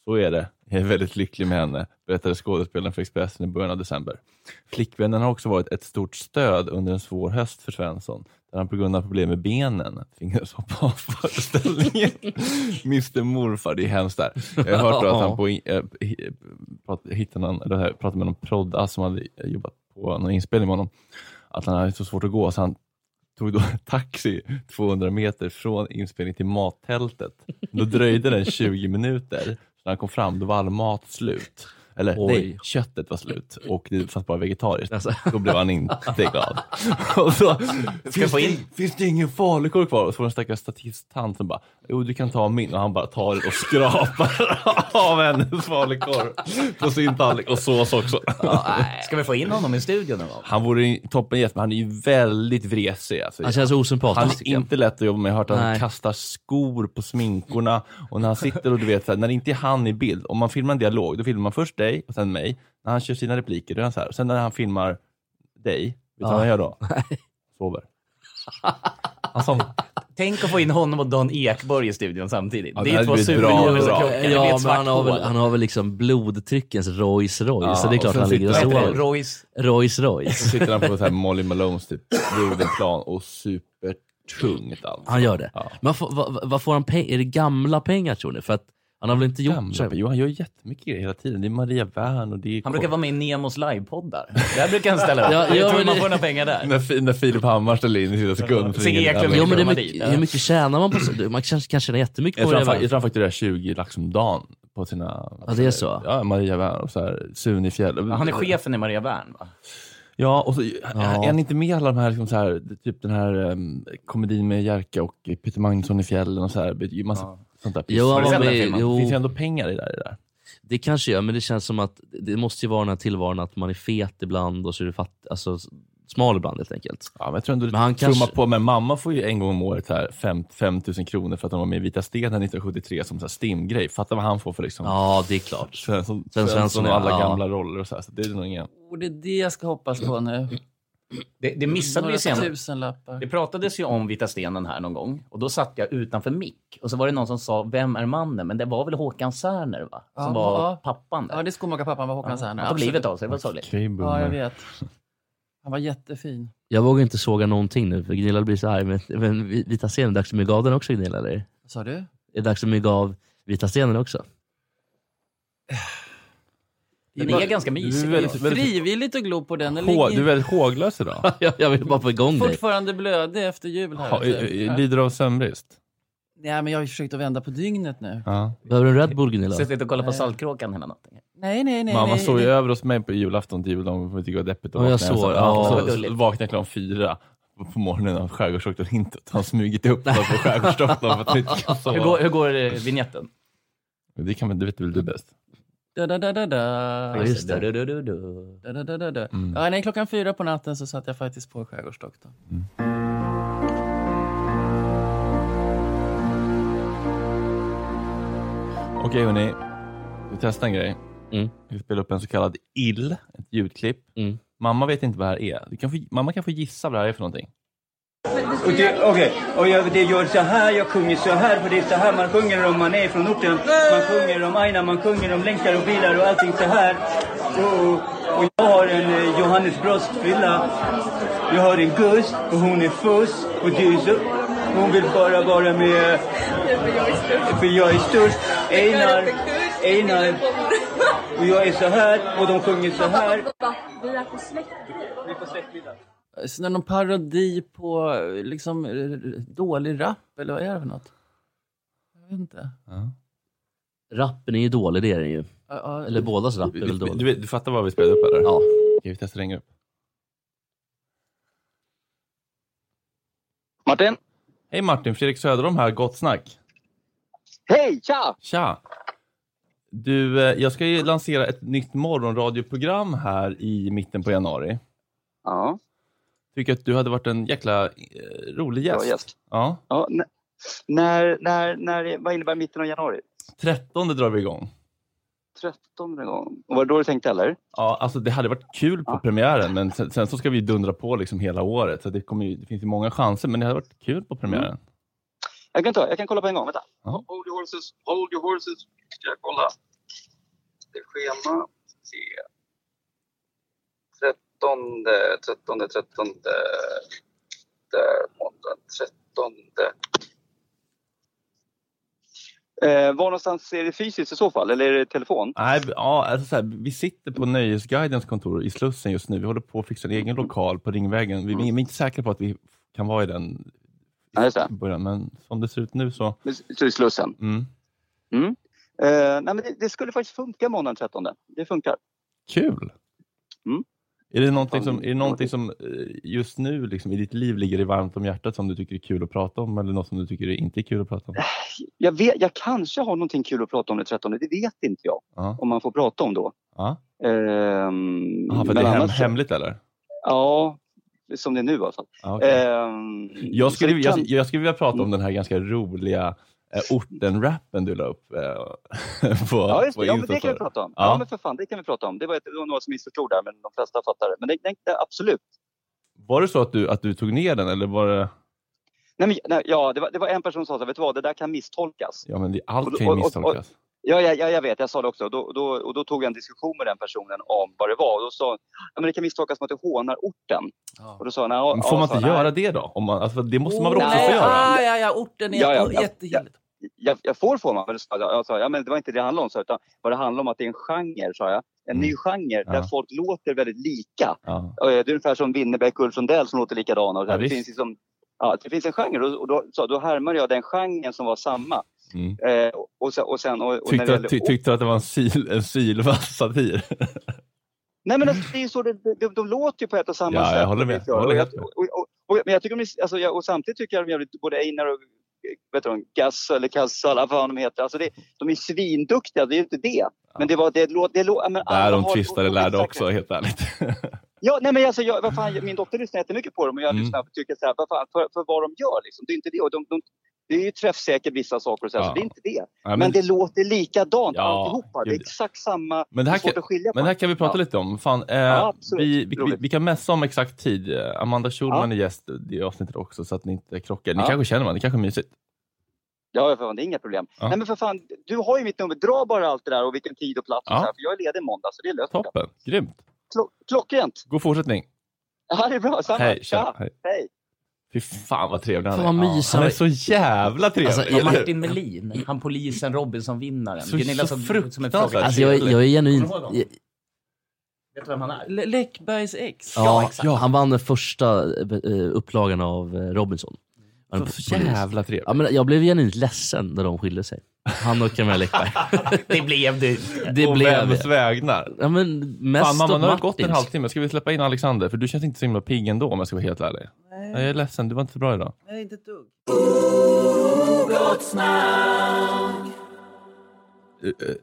Speaker 1: Så är det. Jag är väldigt lycklig med henne, berättade skådespelaren för Expressen i början av december. Flickvännen har också varit ett stort stöd under en svår höst för Svensson, där han på grund av problem med benen tvingades hoppa av föreställningen. Mr Morfar, det är hemskt där. Jag har hört då att han på, eh, hi- prat- hittade någon, eller här, pratade med någon prodda som hade jobbat på någon inspelning med honom, att han hade så svårt att gå så han tog då en taxi 200 meter från inspelningen till mattältet. Då dröjde den 20 minuter. Så när han kom fram då var all mat slut. Eller
Speaker 5: Oj.
Speaker 1: nej, köttet var slut och det fanns bara vegetariskt.
Speaker 6: Alltså.
Speaker 1: Då blev han inte
Speaker 6: (laughs)
Speaker 1: glad. Och så,
Speaker 6: Ska få in.
Speaker 1: finns det ingen falukorv kvar? Och så var det en stackars statisttant som bara, jo du kan ta min. Och han bara tar den och skrapar (laughs) av hennes falukorv på sin tallrik. Och sås också.
Speaker 6: Ska vi få in honom i studion någon gång?
Speaker 1: Han vore en toppen gäst, men han är ju väldigt vresig. Alltså.
Speaker 5: Han känns osympatisk,
Speaker 1: Han är
Speaker 5: tycker jag.
Speaker 1: inte lätt att jobba med. Jag har hört att han
Speaker 5: Nej.
Speaker 1: kastar skor på sminkorna. Och när han sitter och du vet, så här, när det inte är han i bild. Om man filmar en dialog, då filmar man först dig och sen mig. När han kör sina repliker, då är han så här. Sen när han filmar dig, vet du vad han
Speaker 5: (laughs)
Speaker 1: gör då? Sover. Han somnar.
Speaker 6: Tänk att få in honom och Don Ekborg i studion samtidigt.
Speaker 1: Ja, det
Speaker 6: det är
Speaker 1: hade
Speaker 6: två
Speaker 1: blivit bra,
Speaker 6: superhjältar som
Speaker 1: bra.
Speaker 6: krockar. Det blir
Speaker 5: Ja,
Speaker 6: ett
Speaker 5: men
Speaker 6: svart
Speaker 5: han har, väl,
Speaker 6: hål.
Speaker 5: han har väl liksom blodtryckens Rolls Royce,
Speaker 1: Ja,
Speaker 5: så det är
Speaker 1: och
Speaker 5: klart
Speaker 1: sen
Speaker 5: han ligger och
Speaker 1: sitter han-
Speaker 5: sover.
Speaker 6: Royce.
Speaker 5: Rolls
Speaker 1: Så (laughs)
Speaker 5: Royce.
Speaker 1: sitter han på så här Molly Malones typ, plan och supertungt allt.
Speaker 5: Han gör det.
Speaker 1: Ja.
Speaker 5: Men vad, får- vad, vad får han pengar? Är det gamla pengar tror ni? För att han har väl inte gjort
Speaker 1: Gamla,
Speaker 5: så?
Speaker 1: jo, han gör jättemycket grejer hela tiden. Det är Maria Wern och det är
Speaker 6: Han brukar vara med i Nemos livepoddar. Där brukar han ställa upp.
Speaker 5: Ja, ja,
Speaker 6: jag tror
Speaker 5: men
Speaker 6: man
Speaker 5: det-
Speaker 6: får några pengar där.
Speaker 1: När, Fi- när Filip Hammar ställer in i sina sekund.
Speaker 6: Sigge Eklund
Speaker 5: Jo, men det är
Speaker 6: Komma dit, ja.
Speaker 5: mycket, hur mycket tjänar man på så? Man kanske kan tjäna jättemycket
Speaker 1: Jag
Speaker 5: på
Speaker 1: tror,
Speaker 5: det.
Speaker 1: han, fa-
Speaker 5: va?
Speaker 1: jag tror han fakturerar 20 lax om dagen på sina...
Speaker 5: Ja, det är så.
Speaker 1: Ja, Maria Wern och så här, Sune Fjäll.
Speaker 6: Han är chefen i Maria Wern va?
Speaker 1: Ja, och så är han inte med i alla de här, liksom, så här typ den här um, komedin med Jerka och Peter Magnusson i fjällen och så här. det är ju Massa sånt där piss.
Speaker 5: Jo, han
Speaker 1: Har du
Speaker 5: var
Speaker 1: sett den
Speaker 5: med-
Speaker 1: filmen?
Speaker 5: jo.
Speaker 1: Det finns ju ändå pengar i det där. I det där.
Speaker 5: Det kanske gör, men det känns som att det måste ju vara den här tillvaron att man är fet ibland och så är du fatt, alltså, smal ibland helt enkelt.
Speaker 1: Ja, men jag tror ändå det
Speaker 5: Men han
Speaker 1: trummar
Speaker 5: kanske-
Speaker 1: på. Men mamma får ju en gång om året så här, fem, 5 000 kronor för att hon var med i Vita Stenen 1973 som så här stimgrej. Fatta vad han får för liksom...
Speaker 5: Ja, det är klart.
Speaker 1: Svensson,
Speaker 5: Svensson,
Speaker 1: Svensson och alla
Speaker 5: ja.
Speaker 1: gamla roller och så här. Så det är nog inga...
Speaker 7: Och det är det jag ska hoppas på nu.
Speaker 6: Det, det missade vi
Speaker 7: Några
Speaker 6: senare.
Speaker 7: tusenlappar.
Speaker 6: Det pratades ju om Vita stenen här någon gång och då satt jag utanför mick och så var det någon som sa vem är mannen? Men det var väl Håkan Särner va? Som
Speaker 7: Ja,
Speaker 6: var
Speaker 7: ja.
Speaker 6: pappan där.
Speaker 7: Ja, det är skomakarpappan var Håkan
Speaker 6: han
Speaker 7: Särner.
Speaker 6: tog
Speaker 7: absolut.
Speaker 6: livet av sig, det var sorgligt.
Speaker 1: Okej,
Speaker 7: Ja,
Speaker 1: boomer.
Speaker 7: jag vet. Han var jättefin.
Speaker 5: Jag vågar inte såga någonting nu, för Gunilla blir så arg. Men, men Vita scenen, är det dags att mygga av den också Gunilla? Eller? Är
Speaker 7: Vad sa du?
Speaker 5: det dags att mygga av Vita scenen också? (laughs)
Speaker 6: Den
Speaker 7: Det är
Speaker 6: är ganska
Speaker 1: Du
Speaker 6: mysig.
Speaker 1: är väldigt- väldigt-
Speaker 7: Frivilligt att glo på den. Den
Speaker 1: Hå-
Speaker 7: ligger
Speaker 1: Du är väldigt håglös idag.
Speaker 5: (laughs) Jag, jag vill bara få igång dig.
Speaker 7: fortfarande blödig efter jul här.
Speaker 1: Ha,
Speaker 7: vet du.
Speaker 1: eh, eh, lider av sömnbrist?
Speaker 7: Nej, men jag har ju försökt att vända på dygnet nu.
Speaker 1: Ja.
Speaker 5: Behöver du en Red Bull Gunilla?
Speaker 6: Suttit och kollat på Saltkråkan hela natten.
Speaker 7: Nej, nej, nej.
Speaker 1: Mamma
Speaker 7: nej,
Speaker 1: såg ju
Speaker 7: nej.
Speaker 1: över hos mig på julafton till juldagen för att det var deppigt. att
Speaker 5: Ja, jag
Speaker 1: vakna
Speaker 5: såg,
Speaker 1: ensam.
Speaker 5: ja.
Speaker 1: Så-
Speaker 5: Vad
Speaker 1: så
Speaker 6: gulligt.
Speaker 1: Vaknade jag klockan fyra på morgonen av skärgårdsdoktorn Hintot. Han har smugit upp mig på skärgårdsdoktorn för att vi inte kan
Speaker 6: Hur går,
Speaker 1: sova.
Speaker 6: hur går eh, vignetten?
Speaker 1: Men Det, kan, väl- det vet väl du bäst?
Speaker 7: Da, da, da, da, da.
Speaker 5: Ja, just det. Mm.
Speaker 6: Du, du, du, du.
Speaker 7: Da, da, da, da, da. Ja, nej, klockan fyra på natten så satt jag faktiskt på Skärgårdsdoktorn.
Speaker 1: Okej hörni, vi testar en grej.
Speaker 5: Mm.
Speaker 1: Vi spelar upp en så kallad ill, ett ljudklipp.
Speaker 5: Mm.
Speaker 1: Mamma vet inte vad det här är. Du kan få, mamma kan få gissa vad det här är för någonting.
Speaker 8: Okej, okej. och jag det gör så här, jag sjunger så här, för det är så här man sjunger om man är från orten. Man sjunger om aina, man sjunger om länkar och bilar och allting så här. Och, och jag har en eh, Johannes bröstfylla. Jag har en Gust och hon är fuss och det är så. Hon vill bara vara med, eh, för jag är störst. Einar, Einar. Och jag är så här och de sjunger så här.
Speaker 4: Vi är på släktbil.
Speaker 8: Vi får släktmiddag.
Speaker 7: Så det är någon parodi på eh, liksom, eh, dålig rap, eller vad är det för något? Jag vet inte.
Speaker 5: Rappen är ju dålig, det är den ju.
Speaker 7: Ja, ja,
Speaker 5: Eller bådas rapp är
Speaker 1: Du,
Speaker 5: väl
Speaker 1: du,
Speaker 5: dålig.
Speaker 1: du, vet- du fattar vad vi spelade upp eller?
Speaker 5: Ja.
Speaker 1: Okej, vi testar en grupp.
Speaker 9: Martin?
Speaker 1: Hej Martin, Fredrik Söderholm här, Gott Snack.
Speaker 9: Hej, tja!
Speaker 1: Tja! Du, eh, jag ska ju lansera ett nytt morgonradioprogram här i mitten på januari.
Speaker 9: Ja,
Speaker 1: tycker att du hade varit en jäkla eh, rolig gäst.
Speaker 9: Bra gäst.
Speaker 1: Ja.
Speaker 9: Ja, n- när, när, när, vad innebär mitten av januari?
Speaker 1: 13 drar vi igång.
Speaker 9: 13 en gång. Och var det då du tänkte eller?
Speaker 1: Ja, alltså det hade varit kul på premiären, men sen, sen så ska vi ju dundra på liksom hela året. Så det, kommer ju, det finns ju många chanser, men det hade varit kul på premiären.
Speaker 9: Jag kan ta, jag kan kolla på en gång. Vänta.
Speaker 1: Ja.
Speaker 9: Hold your horses, hold your horses. Ska jag kolla. Det är schema. Ska se. 13, 13, 13. Där, måndag 13. Eh, var någonstans är det fysiskt i så fall? Eller är det telefon?
Speaker 1: Nej, vi- ja, alltså så här, vi sitter på Nöjesguidens kontor i Slussen just nu. Vi håller på att fixa en egen lokal på Ringvägen. Vi, vi är inte säkra på att vi kan vara i den i början, men som det ser ut nu så...
Speaker 9: I Slussen?
Speaker 1: Mm.
Speaker 9: Mm. Eh, nej, men det, det skulle faktiskt funka måndagen 13. Det funkar.
Speaker 1: Kul! Är det någonting, som, är det någonting som eh, just nu liksom, i ditt liv ligger dig varmt om hjärtat som du tycker är kul att prata om eller något som du tycker är inte är kul att prata om?
Speaker 9: Jag, vet, jag kanske har någonting kul att prata om den 13. Det vet inte jag.
Speaker 1: Ja.
Speaker 9: Om man får prata om då.
Speaker 1: Ja.
Speaker 9: Ehm,
Speaker 1: Aha, för
Speaker 9: men
Speaker 1: det är hem,
Speaker 9: annars-
Speaker 1: hemligt eller?
Speaker 9: Ja, som det är nu i alla fall.
Speaker 1: Ja, okej.
Speaker 9: Ehm,
Speaker 1: Jag skulle,
Speaker 9: så det kan- Mm.
Speaker 1: jag, jag skulle vilja prata om den här ganska roliga eh, orten-rappen du la upp eh, (laughs) på,
Speaker 9: ja, just
Speaker 1: på
Speaker 9: det. Ja, men
Speaker 1: Insta
Speaker 9: det kan
Speaker 1: story.
Speaker 9: vi prata om. Ja.
Speaker 1: Ja.
Speaker 9: men för fan, det kan vi prata om. Det var, ett, det var några som missförstod där, men de flesta fattade. Men det, det, det, absolut.
Speaker 1: Var det så att du, att du tog ner den eller var det...
Speaker 9: Nej, men, nej, ja, det var, det var en person som sa så här, vet du vad, det där kan misstolkas.
Speaker 1: Ja, men det, allt
Speaker 9: Och-
Speaker 1: kan ju
Speaker 9: och- och-
Speaker 1: misstolkas.
Speaker 9: Ja, ja, ja, jag vet. Jag sa det också. Då, då, och då tog jag en diskussion med den personen om vad det var. Och då sa hon, ja, men det kan misstolkas som att du hånar orten. Och då sa jag, "Nej,
Speaker 1: Men
Speaker 9: ja",
Speaker 1: Får man
Speaker 9: sa
Speaker 1: inte
Speaker 9: jag,
Speaker 1: göra det då? Om man, alltså, det måste man väl
Speaker 9: Oh,
Speaker 1: också få
Speaker 9: nej.
Speaker 1: göra?
Speaker 7: Ah, ja, ja, orten är
Speaker 9: Ja, ja, ja.
Speaker 7: jätteheligt.
Speaker 9: jag, jag får får man. Men då sa jag, jag sa, ja, men det var inte det det handlade om. Så, utan vad det handlar om att det är en genre, sa jag. En ny genre där
Speaker 1: Mm. Ja.
Speaker 9: folk låter väldigt lika.
Speaker 1: Ja.
Speaker 9: Eh, Det är ungefär som Winnerbäck och Ulf Sundell som låter likadana. Och så här.
Speaker 1: Ja,
Speaker 9: det,
Speaker 1: visst.
Speaker 9: finns liksom, ja, det finns en genre och, och då, så, då härmade jag den genren som var samma.
Speaker 1: Mm.
Speaker 9: Eh, och- och, sen- och sen, och, och när det
Speaker 1: Tyckte,
Speaker 9: gäller-
Speaker 1: att, ty, tyckte att det var en, syl, en sylvass satir?
Speaker 9: Nej men alltså, det är ju så, det, det- de, de låter ju på ett och samma
Speaker 1: Mm. Ja,
Speaker 9: sätt.
Speaker 1: jag håller med. Jag håller helt med.
Speaker 9: och, och, och, men jag tycker de, är- alltså, jag, och samtidigt tycker jag de jävligt, både Einar och eh, vet du, de, Gass eller Kassal, vad fan de heter. Alltså, det, de är svinduktiga, det är ju inte det. Men det var det låt... Det, lå- ja, men alla
Speaker 1: Där de
Speaker 9: har-
Speaker 1: tvistade lärde också, helt ärligt. (laughs)
Speaker 9: Ja, nej men alltså, jag, vad fan, min dotter lyssnar jättemycket på dem och
Speaker 1: Mm.
Speaker 9: jag lyssnar och tycker så här, vad fan, för, för vad de gör liksom. Det är inte det. Och de, de, det är ju träffsäkert vissa saker och så, här,
Speaker 1: Ja.
Speaker 9: så det är inte det.
Speaker 1: Ja,
Speaker 9: men...
Speaker 1: men-
Speaker 9: det låter likadant
Speaker 1: Ja,
Speaker 9: alltihopa. Det är
Speaker 1: gud.
Speaker 9: exakt samma.
Speaker 1: Men det här,
Speaker 9: är svårt
Speaker 1: kan,
Speaker 9: att skilja på.
Speaker 1: men det här kan vi prata
Speaker 9: Ja.
Speaker 1: lite om. Fan, eh,
Speaker 9: Ja, absolut.
Speaker 1: vi, vi, vi, vi kan messa om exakt tid. Eh, Amanda Schulman är gäst i det avsnittet också, så att ni inte krockar. Ni
Speaker 9: Ja.
Speaker 1: kanske känner varandra, det kanske är mysigt.
Speaker 9: Ja, ja, för fan, det är inga problem.
Speaker 1: Ja.
Speaker 9: Nej, men för fan, du har ju mitt nummer. Dra bara allt det där och vilken tid och plats. Och
Speaker 1: Ja.
Speaker 9: så här, för jag är ledig måndag, så det är löst.
Speaker 1: Toppen, grymt.
Speaker 9: Klo- Klockrent! (laughs)
Speaker 1: God fortsättning.
Speaker 9: Ja, det är bra. Samma.
Speaker 1: Hej, tja, hej.
Speaker 9: Hej.
Speaker 1: Fy fan vad trevlig han är.
Speaker 6: Fan, vad
Speaker 1: Ja,
Speaker 6: mysig
Speaker 1: han är
Speaker 6: han
Speaker 1: så jävla trevlig.
Speaker 6: Alltså,
Speaker 1: eller hur?
Speaker 6: Martin Melin, han polisen Robinson-vinnaren.
Speaker 1: Så-
Speaker 6: Gunilla som-
Speaker 1: så
Speaker 6: som en
Speaker 1: fruktansvärt
Speaker 6: fråga.
Speaker 5: Alltså, jag, jag är genuint...
Speaker 6: Kommer du ihåg honom? Vet du vem han är?
Speaker 7: Le- Läckbergs ex.
Speaker 5: Ja, Han vann den första eh, upplagan av eh, Robinson. Han-
Speaker 7: Så
Speaker 1: jävla trevlig.
Speaker 5: Ja, men jag blev genuint ledsen när de skilde sig. Han och Camilla
Speaker 1: (laughs)
Speaker 5: Läckberg.
Speaker 6: Det blev du.
Speaker 5: Det
Speaker 1: På
Speaker 5: blev
Speaker 1: vems vägnar?
Speaker 5: Ja, men mest
Speaker 1: Fan, mamma,
Speaker 5: åt
Speaker 1: nu har det
Speaker 5: Martins.
Speaker 1: gått en halvtimme. Ska vi släppa in Alexander? För du känns inte så himla pigg ändå om jag ska vara helt ärlig.
Speaker 7: Nej.
Speaker 1: Jag är ledsen, du var inte så bra idag.
Speaker 7: Nej, inte ett dugg.
Speaker 1: Eh, eh,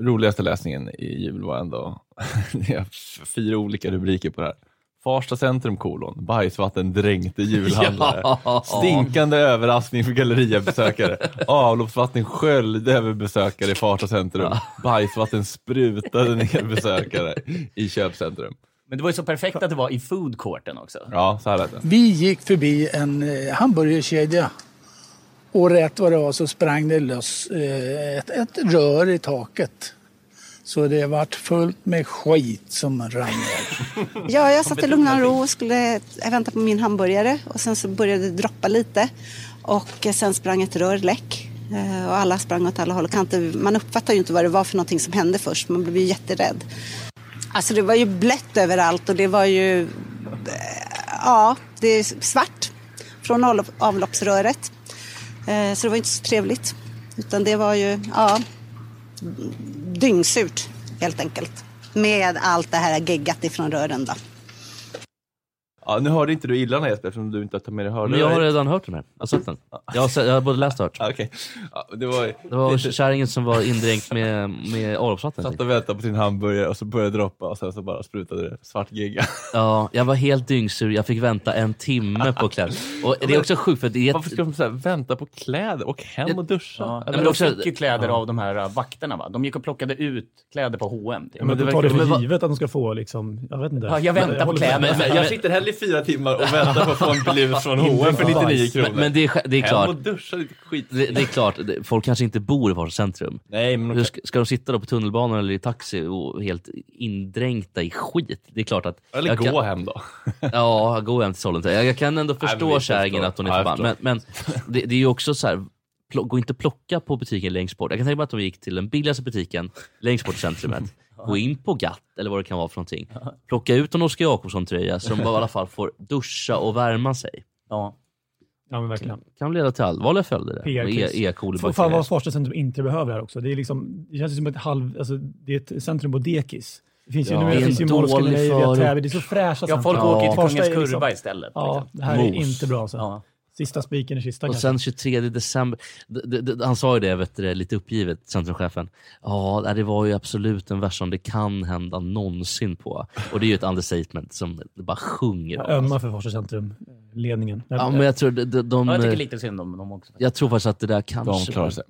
Speaker 1: Roligaste läsningen i jul var ändå... (laughs) det är f- fyra olika rubriker på det här. Farsta centrum kolon, bajsvatten dränkte julhandlare.
Speaker 5: (laughs) Ja.
Speaker 1: Stinkande överraskning
Speaker 5: (laughs)
Speaker 1: för galleriabesökare. Avloppsvatten sköljde över besökare i Farsta centrum. Bajsvatten sprutade ner besökare i köpcentrum.
Speaker 6: Men det var ju så perfekt att det var i food courten också.
Speaker 1: Ja, så här lät det.
Speaker 10: Vi gick förbi en eh, hamburgerkedja och rätt vad det var så sprang det loss eh, ett, ett rör i taket. Så det vart fullt med skit som rann ner.
Speaker 11: Ja, jag satt i lugn och ro och skulle jag väntade på min hamburgare och sen så började det droppa lite och sen sprang ett rör läck Eh, och alla sprang åt alla håll och kanter. Man uppfattar ju inte vad det var för någonting som hände först, man blev ju jätterädd. Alltså det var ju blött överallt och det var ju, eh, ja, det är svart från avlopp- avloppsröret. Eh, Så det var ju inte så trevligt, utan det var ju, ja, dyngsurt helt enkelt. Med allt det här geggat ifrån rören då.
Speaker 1: Ja, nu hörde inte du illarna Jesper eftersom du inte har tagit med dig hörlurar.
Speaker 5: Men jag har redan hört den här. Jag har sett den. Jag har, sett, jag har både läst och hört.
Speaker 1: Okay. det var,
Speaker 5: det var
Speaker 1: lite-
Speaker 5: kärringen som var indränkt med, med Arupsvatten.
Speaker 1: Satt och väntade på sin hamburgare och så började det droppa och sen så bara sprutade det svart gegga.
Speaker 5: Ja, jag var helt dyngsur. Jag fick vänta en timme på kläder. Och det är också sjukt för det är...
Speaker 1: Varför ska de så här, vänta på kläder? Åk hem och duscha.
Speaker 6: Ja,
Speaker 1: Eller-
Speaker 6: men de fick ju kläder av de här äh, vakterna va? De gick och plockade ut kläder på H&M. typ.
Speaker 12: Ja, men du tar det för givet att de ska få liksom, jag vet inte.
Speaker 6: Ja, jag väntar på
Speaker 12: håller-
Speaker 6: kläder.
Speaker 1: Men, men, jag sitter hellre i fyra timmar och väntar på att få en (laughs) blus från H&M för 99 kronor.
Speaker 5: Men, men det är, sj- det är
Speaker 1: Hem
Speaker 5: klart.
Speaker 1: och duscha lite skit.
Speaker 5: Det, det är klart, det- folk kanske inte bor i Vars centrum.
Speaker 1: Nej, men
Speaker 5: Hur ska, ska de sitta då på tunnelbanan eller i taxi och helt indränkta i skit? Det är klart att...
Speaker 1: Eller
Speaker 5: jag
Speaker 1: gå hem då.
Speaker 5: ja, gå hem till Sollentuna. Jag, jag kan ändå
Speaker 1: men
Speaker 5: förstå
Speaker 1: vi
Speaker 5: kärringen
Speaker 1: förstår.
Speaker 5: att hon är
Speaker 1: Ja, jag
Speaker 5: förbannad. Men,
Speaker 1: förstår.
Speaker 5: men det, det är ju också så här, plo- gå inte och plocka på butiken längst bort. Jag kan tänka mig att de gick till den billigaste butiken längst bort i centrumet.
Speaker 1: (laughs)
Speaker 5: Gå in på GATT eller vad det kan vara för någonting. Plocka ut en Oskar Jakobsson-tröja så de bara i alla fall får duscha och värma sig.
Speaker 6: Ja.
Speaker 12: Ja, men verkligen.
Speaker 5: Kan leda till allvarliga följder. det. Med E.
Speaker 12: PR-kris.
Speaker 5: e.
Speaker 12: Fan, Fan
Speaker 5: coli-bakterier.
Speaker 12: vad Farsta centrum inte behöver här också. Det, är liksom, det känns ju som ett halv... Alltså, det är ett centrum på dekis. Det finns ju,
Speaker 5: Ja.
Speaker 12: nu,
Speaker 5: Det är
Speaker 12: det finns
Speaker 5: en
Speaker 12: ju Mall of
Speaker 5: dålig
Speaker 12: Scandinavia,
Speaker 5: förort.
Speaker 12: Täby. Det är så fräscha
Speaker 6: Ja, folk
Speaker 12: centrum.
Speaker 6: åker till
Speaker 12: Farsta är
Speaker 6: Kungens Kurva istället,
Speaker 12: Ja,
Speaker 6: liksom.
Speaker 12: det här
Speaker 5: Mos.
Speaker 12: är inte bra. alltså. Så. Sista spiken i kistan
Speaker 5: Och
Speaker 12: kanske.
Speaker 5: sen 23 december, d- d- d- han sa ju det vet du, det, lite uppgivet, centrumchefen. Ja, nej, det var ju absolut den värsta det kan hända någonsin på. Och det är ju ett understatement som det bara sjunger
Speaker 12: Jag
Speaker 5: om. alltså.
Speaker 12: ömmar för Farsta centrum, ledningen.
Speaker 5: Ja, men jag tror de, de, de,
Speaker 12: Ja,
Speaker 6: Jag tycker lite synd om dem också.
Speaker 5: jag tror faktiskt att det där kanske...
Speaker 1: klarar sig.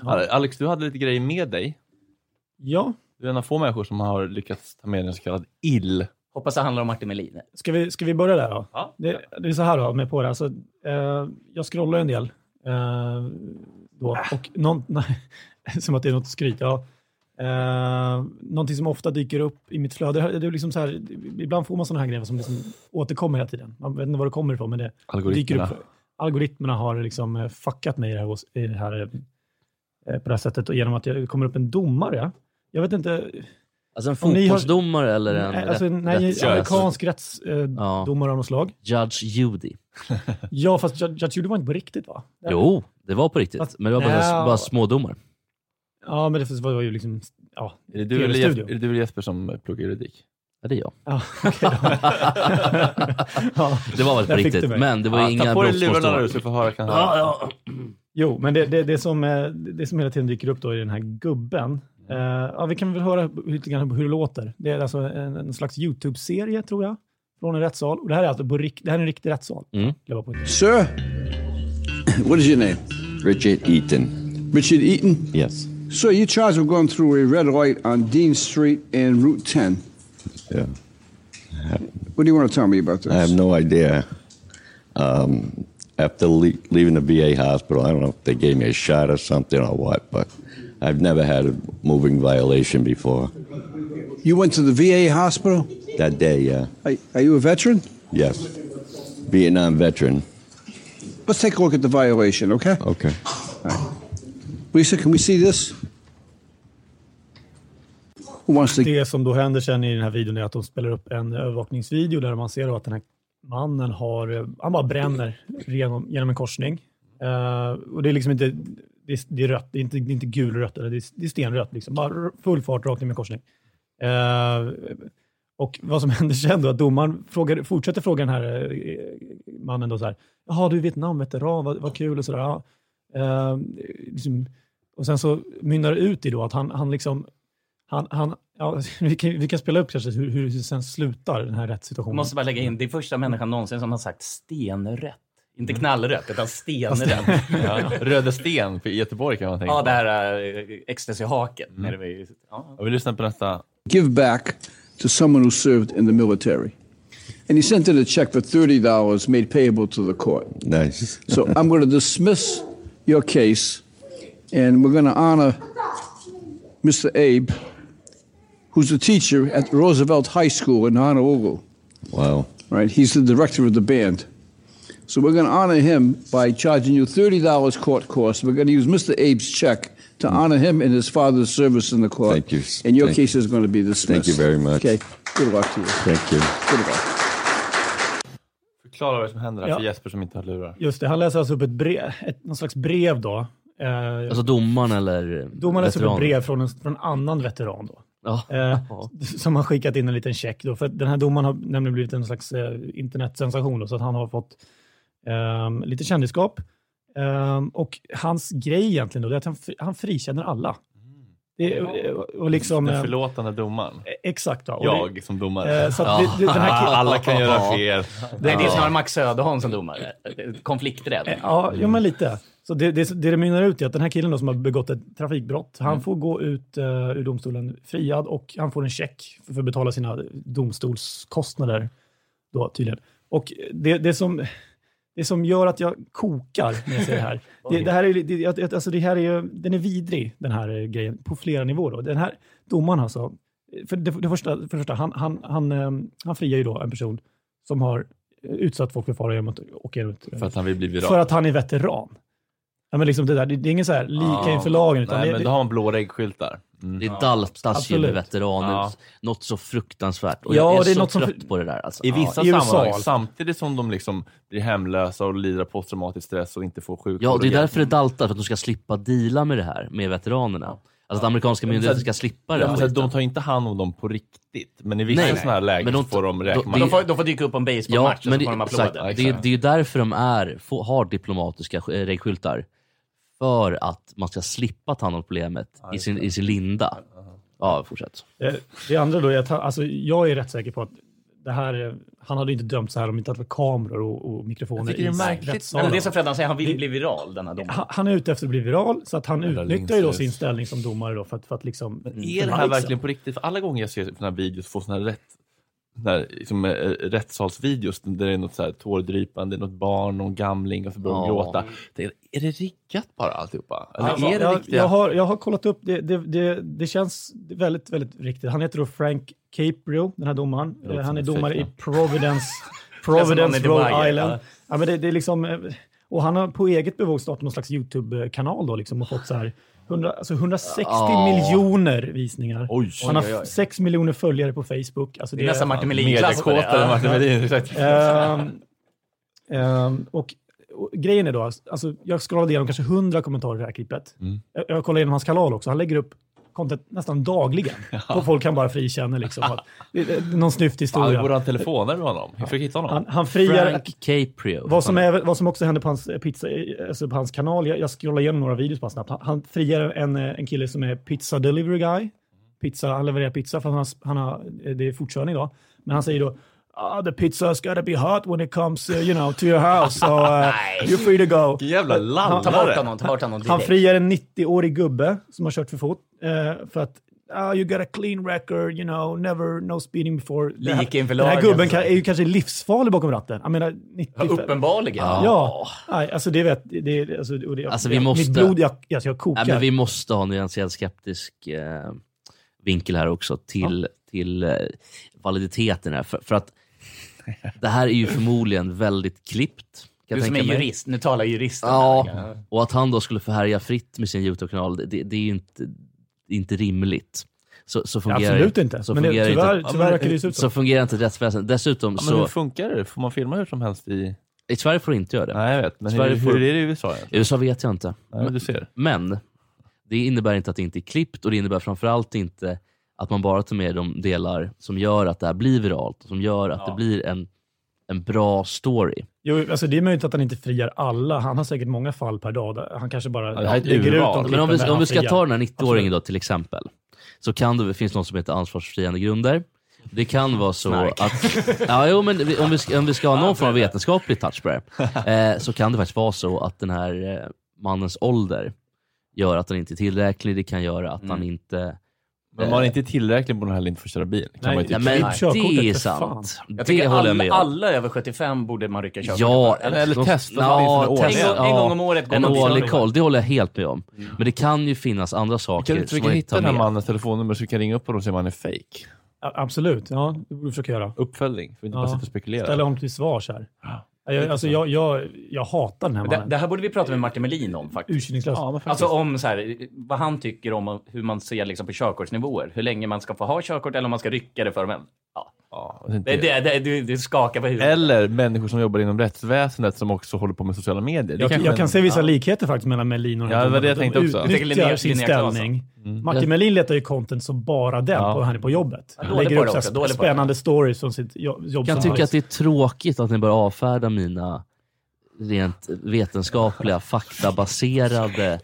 Speaker 1: Ale- Alex, du hade lite grejer med dig.
Speaker 12: Ja.
Speaker 1: Du är en av få människor som har lyckats ta med en så kallad ill.
Speaker 6: Hoppas det handlar om Martin Melin.
Speaker 12: Ska vi, ska vi börja där då? Det, det är så här då, med på det. Alltså, eh, jag scrollar ju en del. Eh, då, och någon, (laughs) nej, som att det är något skryt. Ja. Eh, någonting som ofta dyker upp i mitt flöde. Det är liksom så här, ibland får man sådana här grejer som liksom återkommer hela tiden. Man vet inte var det kommer ifrån, men det dyker
Speaker 1: Algoritmerna.
Speaker 12: upp. Algoritmerna har liksom eh, fuckat mig i det här, i det här eh, på det här sättet och genom att det kommer upp en domare. Jag vet inte.
Speaker 5: Alltså en
Speaker 12: om ni har-
Speaker 5: fotbollsdomare eller en
Speaker 12: Nej, alltså,
Speaker 5: rätt-
Speaker 12: nej,
Speaker 5: rättsjurist?
Speaker 12: amerikansk rättsdomare
Speaker 5: Ja.
Speaker 12: av något slag.
Speaker 5: Judge Judy.
Speaker 12: Ja, fast Judge Judge Judy var inte på riktigt va?
Speaker 5: Jo, det var på riktigt.
Speaker 12: Fast-
Speaker 5: Men det var bara,
Speaker 12: Ja.
Speaker 5: bara smådomar.
Speaker 12: Ja, men det var ju liksom... Ja,
Speaker 1: Är det du eller Jesper,
Speaker 12: TV-studio.
Speaker 1: är det du eller Jesper som pluggar juridik?
Speaker 5: Ja, det är jag.
Speaker 12: Ja, okej då. Ja.
Speaker 5: Det var väl på
Speaker 12: Där fick du
Speaker 5: riktigt,
Speaker 12: mig.
Speaker 5: men det var ju inga
Speaker 1: Ta på dig
Speaker 5: brottsmålsdomar.
Speaker 1: lurarna nu så vi får höra. Kan höra.
Speaker 5: Ja, ja.
Speaker 12: Jo, men det, det, det, som, eh, det som hela tiden dyker upp då är den här gubben. Eh, ja, vi kan väl höra lite grann hur det låter. Det är alltså en, en slags YouTube-serie, tror jag, från en rättssal. Och det här är alltså på, rikt- det här är en riktig rättssal.
Speaker 5: Mm.
Speaker 12: Jag på.
Speaker 13: Sir, what is your name? Richard Eaton. Richard Eaton?
Speaker 14: Yes.
Speaker 13: Sir, you're charged with going through a red light on Dean Street and Route 10.
Speaker 14: Yeah.
Speaker 13: What do you want to tell me about this?
Speaker 14: I have no idea. Um, after le- leaving the VA hospital, I don't know if they gave me a shot or something or what, but I've never had a moving violation before.
Speaker 13: You went to the VA hospital?
Speaker 14: That day, yeah.
Speaker 13: Are, are you a veteran?
Speaker 14: Yes. Vietnam
Speaker 13: (laughs)
Speaker 14: veteran.
Speaker 13: Let's take a look at the violation, okay?
Speaker 14: Okay.
Speaker 13: Lisa, can we see this? Who wants to...
Speaker 12: Det som då händer sen i den här videon är att de spelar upp en övervakningsvideo där man ser då att den här mannen har, eh, han bara bränner genom, genom en korsning. Eh, och det är liksom inte, det är, det är rött, det är inte, det är inte gulrött, eller det är, det är stenrött. Liksom. Bara r- full fart rakt in i en korsning. Eh, och vad som händer sen då, att domaren frågar, fortsätter fråga den här eh, mannen då så här, jaha du är Vietnamveteran, vad, vad kul och sådär. Ja. Eh, liksom, och sen så mynnar det ut i då att han, han liksom, han, han, ja, vi, kan, vi kan spela upp kanske hur, hur det sen slutar, den här
Speaker 6: Jag
Speaker 12: rättssituationen.
Speaker 6: måste bara lägga in, det är första människan någonsin som har sagt stenrätt. Inte
Speaker 1: Mm.
Speaker 6: knallrött, utan stenrätt.
Speaker 1: Ja. Röda sten för Göteborg kan man tänka
Speaker 6: Ja,
Speaker 1: på.
Speaker 6: det här äh, ecstasy-haket.
Speaker 12: Mm.
Speaker 6: när det var ju- Ja.
Speaker 1: Och vi lyssnar på nästa.
Speaker 13: give back to someone who served in the military. And he sent in a check for $30 made payable to the court.
Speaker 14: Nice.
Speaker 13: So I'm going to dismiss your case, and we're going to honor Mr. Abe, who's a teacher at Roosevelt High School in Honolulu.
Speaker 14: Wow.
Speaker 13: Right, he's the director of the band. So we're going to honor him by charging you $30 court cost. We're going to use Mr. Abe's check to honor him and his father's service in the court.
Speaker 14: Mm. Thank you.
Speaker 13: And your
Speaker 14: Thank-
Speaker 13: case is going to be dismissed.
Speaker 14: Thank you very much.
Speaker 13: Okay. Good luck to you.
Speaker 14: Thank you.
Speaker 13: Good luck.
Speaker 1: Förklara vad som händer här
Speaker 12: Ja.
Speaker 1: för Jesper som inte har lurar.
Speaker 12: Just det, han läser alltså upp ett brev, ett, någon slags brev då. Eh,
Speaker 5: Alltså domaren eller
Speaker 12: domaren läser upp ett
Speaker 5: veteranen?
Speaker 12: brev från en, från en annan veteran då. Eh, som har skickat in en liten check. Då, för att den här domaren har nämligen blivit en slags eh, internetsensation, då, så att han har fått ehm, lite kändisskap. Ehm, och hans grej egentligen då, det är att han, fri- han frikänner alla. Det, är- och, och liksom,
Speaker 1: Den
Speaker 12: eh,
Speaker 1: förlåtande domaren.
Speaker 12: exakt. Va? Och det-
Speaker 1: Jag som domare.
Speaker 12: Eh, så att det- det- den här killen-
Speaker 1: Alla kan göra
Speaker 6: Ja.
Speaker 1: fel.
Speaker 6: Det är
Speaker 1: Ja.
Speaker 6: snarare Max Söderholm som domare. Konflikträdd.
Speaker 12: Eh, Ja, ja men lite. Så det, det, det det mynnar ut i att den här killen då, som har begått ett trafikbrott, han får gå ut eh, ur domstolen friad och han får en check för, för att betala sina domstolskostnader. Då, tydligen. Och det, det, som, det som gör att jag kokar när jag ser det här, det, det här är, ju- det, jag- jag- alltså det här är ju, den är vidrig, den här eh, grejen, på flera nivåer. Då. Den här domaren alltså, för det, det första, för det första han, han, han, eh, han friar ju då en person som har eh, utsatt folk för fara genom att åka eh, genom ett
Speaker 1: För att han vill bli viral.
Speaker 12: för att han är veteran. Ja, men liksom det, där, det, det är ingen så här lika inför lagen. Utan
Speaker 1: Nej,
Speaker 12: det,
Speaker 1: men
Speaker 12: det,
Speaker 1: då har han blå reggskylt där. Mm.
Speaker 5: Det är dalstation med veteraner.
Speaker 1: Ja.
Speaker 5: Något så fruktansvärt. Och
Speaker 1: Ja,
Speaker 5: jag är,
Speaker 1: det är
Speaker 5: så
Speaker 1: något som-
Speaker 5: trött på det där. Alltså.
Speaker 1: I vissa
Speaker 5: Ja.
Speaker 1: sammanhang, samtidigt som de liksom blir hemlösa och lider av posttraumatisk stress och inte får sjukvård.
Speaker 5: Ja, och det är
Speaker 1: och hjälp.
Speaker 5: därför det daltar, för att de ska slippa deala med det här, med veteranerna. Alltså att amerikanska
Speaker 1: Men
Speaker 5: myndigheter
Speaker 1: så-
Speaker 5: ska slippa det.
Speaker 1: ja,
Speaker 5: här
Speaker 1: men så här,
Speaker 5: skiten.
Speaker 1: De tar inte hand om dem på riktigt, men i vissa
Speaker 5: Nej, nej.
Speaker 1: sådana här lägen
Speaker 5: Men de-
Speaker 1: får de
Speaker 5: de-
Speaker 1: räkma.
Speaker 5: de får-
Speaker 6: De får dyka upp på en basebollmatch och så får de
Speaker 5: exakt.
Speaker 6: applåder.
Speaker 5: Det, är- det är ju därför de är, får, har diplomatiska sk- eh, regskyltar. För att man ska slippa ta hand om problemet i, sin, i sin linda. Ja, fortsätt.
Speaker 12: det, Eh, det andra då är att han, alltså, jag är rätt säker på att det här, eh, han hade inte dömt så här om det inte hade varit kameror och, och mikrofoner
Speaker 6: Jag tycker det är
Speaker 12: i
Speaker 6: märkligt.
Speaker 12: rättssalen.
Speaker 6: Men det är som Freddan säger, han vill bli viral denna domaren.
Speaker 12: han, han är ute efter att bli viral, så att han
Speaker 1: Jävla
Speaker 12: utnyttjar ju då
Speaker 1: linksrus.
Speaker 12: sin ställning som domare då för att, för att liksom... Men
Speaker 1: Är det här verkligen på riktigt? För alla gånger jag ser såna här videos, får såna här rätt, såna här, liksom, eh, rättssalsvideos där det är något så här tårdrypande, något barn, någon gamling och så börjar de
Speaker 12: Ja.
Speaker 1: gråta. Det, är det riggat bara alltihopa? Eller
Speaker 12: Alltså,
Speaker 1: är det
Speaker 12: jag,
Speaker 1: riktiga?
Speaker 12: jag, har, jag har kollat upp, det, det, det, det
Speaker 5: (laughs)
Speaker 12: känns väldigt, väldigt riktigt. Han heter då Frank Caprio, den här domaren.
Speaker 1: Det låter
Speaker 12: Eh, Han är
Speaker 1: som ett
Speaker 12: domare i
Speaker 1: fejknamn.
Speaker 6: (laughs)
Speaker 12: Providence,
Speaker 6: Det
Speaker 12: Providence
Speaker 6: är som någon i
Speaker 12: Rhode
Speaker 6: Dubai,
Speaker 12: Island.
Speaker 6: ja.
Speaker 12: Ja. men det, det är liksom, eh, och han har på eget bevåg startat någon slags YouTube-kanal då, liksom, och fått så här 100, alltså 160
Speaker 6: Ja.
Speaker 12: miljoner visningar.
Speaker 1: Oj,
Speaker 12: han har
Speaker 1: oj, oj.
Speaker 12: 6 miljoner följare på Facebook. Alltså,
Speaker 6: Det är nästan Martin Melin-klass på det.
Speaker 12: Mediakåtare än
Speaker 6: Ja.
Speaker 12: Ehm, Ehm, och, och grejen är då, alltså, jag scrollade igenom kanske 100 kommentarer i det här klippet.
Speaker 1: Mm.
Speaker 12: Jag, jag kollade igenom hans kanal också. Han lägger upp content nästan dagligen. Och folk kan bara frikänna liksom. Att, det, det, någon snyft
Speaker 1: Fan, vi
Speaker 12: historia.
Speaker 1: borde ha en telefon med honom. Jag försöker hitta honom.
Speaker 12: Han- han friar- Frank
Speaker 5: Caprio.
Speaker 12: Vad som, är, vad som också hände på hans, eh, pizza, eh, alltså på hans kanal, jag, jag scrollade igenom några videos bara snabbt. Han, han friar en, eh, en kille som är pizza delivery guy. Pizza, han levererar pizza för han har, han har, eh, det är fortkörning idag. Men han säger då Ah, the pizza's gotta be hot when it comes, eh, you know, to your
Speaker 1: (laughs)
Speaker 12: house. So uh, you're free to go.
Speaker 1: Jävla lallare.
Speaker 12: Ta bort honom,
Speaker 6: ta bort honom
Speaker 12: Han
Speaker 6: direkt.
Speaker 12: friar en 90-årig gubbe som har kört för fort eh, för att ah you got a clean record, you know, never, no speeding before.
Speaker 6: Lik inför
Speaker 12: den här
Speaker 6: lagen.
Speaker 12: gubben kan, är ju kanske livsfarlig bakom ratten. Jag menar, 90
Speaker 6: Ja, uppenbarligen.
Speaker 12: Ja. ja. Nej, alltså det vet... Det, det, alltså, och det,
Speaker 5: Alltså,
Speaker 12: det-
Speaker 5: vi måste-
Speaker 12: Mitt blod, jag, alltså, jag kokar.
Speaker 5: Nej, men vi måste ha en nyanserad skeptisk eh, vinkel här också till, till eh, validiteten här. För, för att det här är ju förmodligen väldigt klippt. Kan
Speaker 6: Du
Speaker 5: jag
Speaker 6: som är
Speaker 5: tänka mig.
Speaker 6: jurist, nu talar juristen.
Speaker 5: Ja,
Speaker 6: här.
Speaker 5: och att han då skulle få härja fritt med sin YouTube-kanal, det, det, det är ju inte, inte rimligt. Så, så fungerar,
Speaker 12: Absolut inte.
Speaker 5: Så
Speaker 12: Men det-
Speaker 5: fungerar
Speaker 12: tyvärr-
Speaker 5: inte,
Speaker 12: tyvärr verkar det ju se
Speaker 5: så.
Speaker 12: ut så.
Speaker 5: fungerar inte rättsväsendet. Dessutom
Speaker 1: Ja, men
Speaker 5: så...
Speaker 1: hur funkar det? Får man filma hur som helst i...
Speaker 5: I Sverige får du inte göra det.
Speaker 1: Nej, jag vet. Men
Speaker 5: Sverige
Speaker 1: hur,
Speaker 5: får-
Speaker 1: hur är det i USA? egentligen?
Speaker 5: USA vet jag inte.
Speaker 1: Nej, men du ser.
Speaker 5: Men det innebär inte att det inte är klippt och det innebär framförallt inte att man bara tar med de delar som gör att det här blir viralt, som gör att det blir en, en bra story.
Speaker 12: Jo, alltså det är möjligt att han inte friar alla. Han har säkert många fall per dag. Där han kanske bara
Speaker 5: Men om vi, om vi ska ta den här
Speaker 12: Absolut.
Speaker 5: 90-åringen då till exempel, så kan det, det finns något som heter ansvarsfriande grunder. Det kan vara så
Speaker 6: Snark.
Speaker 5: att... Ja, jo, men vi- om, vi ska, om vi ska ha någon form av vetenskaplig touch på det här, eh, så kan det faktiskt vara så att den här eh, mannens ålder gör att han inte är tillräcklig. Det kan göra att han inte...
Speaker 1: Men om man inte är tillräckligt på den här inte får köra bil. Kan
Speaker 5: Nej,
Speaker 1: man ju tycka.
Speaker 5: nej, men Körkortet, det är för fan. sant. Det
Speaker 6: Jag tycker
Speaker 5: håller
Speaker 6: alla,
Speaker 5: jag med om.
Speaker 6: alla över 75 borde man rycka körkortet
Speaker 5: Ja,
Speaker 6: för.
Speaker 5: de-
Speaker 6: Ja,
Speaker 5: ja,
Speaker 6: test- en, gång, en gång om året går
Speaker 5: En
Speaker 6: man till
Speaker 5: årlig
Speaker 6: Norge.
Speaker 5: koll, det Mm. håller jag helt med om. Men det kan ju finnas andra
Speaker 1: Vi kan
Speaker 5: saker
Speaker 1: vi inte försöka
Speaker 5: man
Speaker 1: hitta
Speaker 5: tar
Speaker 1: den här
Speaker 5: med.
Speaker 1: mannens telefonnummer så vi kan ringa upp honom och se om han är fake?
Speaker 12: Ja, Absolut, ja. Det borde vi försöka göra.
Speaker 1: Uppföljning. Får vi inte bara sitta och spekulera?
Speaker 12: Ställa honom till svars här. Jag, alltså, jag, jag, jag hatar den här
Speaker 6: Det,
Speaker 12: mannen.
Speaker 6: det här borde vi prata med Martin Melin om faktiskt.
Speaker 12: Ursäkningslöst. Ja, men faktiskt.
Speaker 6: Alltså om så här, vad han tycker om hur man ser liksom, på körkortsnivåer. Hur länge man ska få ha körkort eller om man ska rycka det för dem. Ja,
Speaker 1: Ja,
Speaker 6: Det, det, det, du, du skakar på huvudet.
Speaker 1: Eller människor som jobbar inom rättsväsendet som också håller på med sociala medier. Det
Speaker 12: Jag,
Speaker 1: kanske
Speaker 12: jag
Speaker 1: är-
Speaker 12: kan se vissa likheter faktiskt mellan Melin och
Speaker 1: Ja, det var det jag
Speaker 12: De
Speaker 1: tänkte också. Jag tänker
Speaker 12: Utnyttjar
Speaker 1: Linnea-
Speaker 12: sin
Speaker 1: Linnea Claesson.
Speaker 12: ställning.
Speaker 1: Mm.
Speaker 12: Martin
Speaker 1: Jag-
Speaker 12: Melin letar ju content som bara den
Speaker 5: Ja.
Speaker 12: på han är på jobbet.
Speaker 5: Ja,
Speaker 12: Han
Speaker 5: dålig
Speaker 12: lägger
Speaker 5: på
Speaker 12: upp
Speaker 5: det
Speaker 12: så
Speaker 5: också,
Speaker 12: här
Speaker 5: dålig på det.
Speaker 12: spännande stories om sitt jo- jobb
Speaker 5: Jag
Speaker 12: som
Speaker 5: kan tycka att
Speaker 12: journalist.
Speaker 5: det är tråkigt att ni börjar avfärda mina rent vetenskapliga, faktabaserade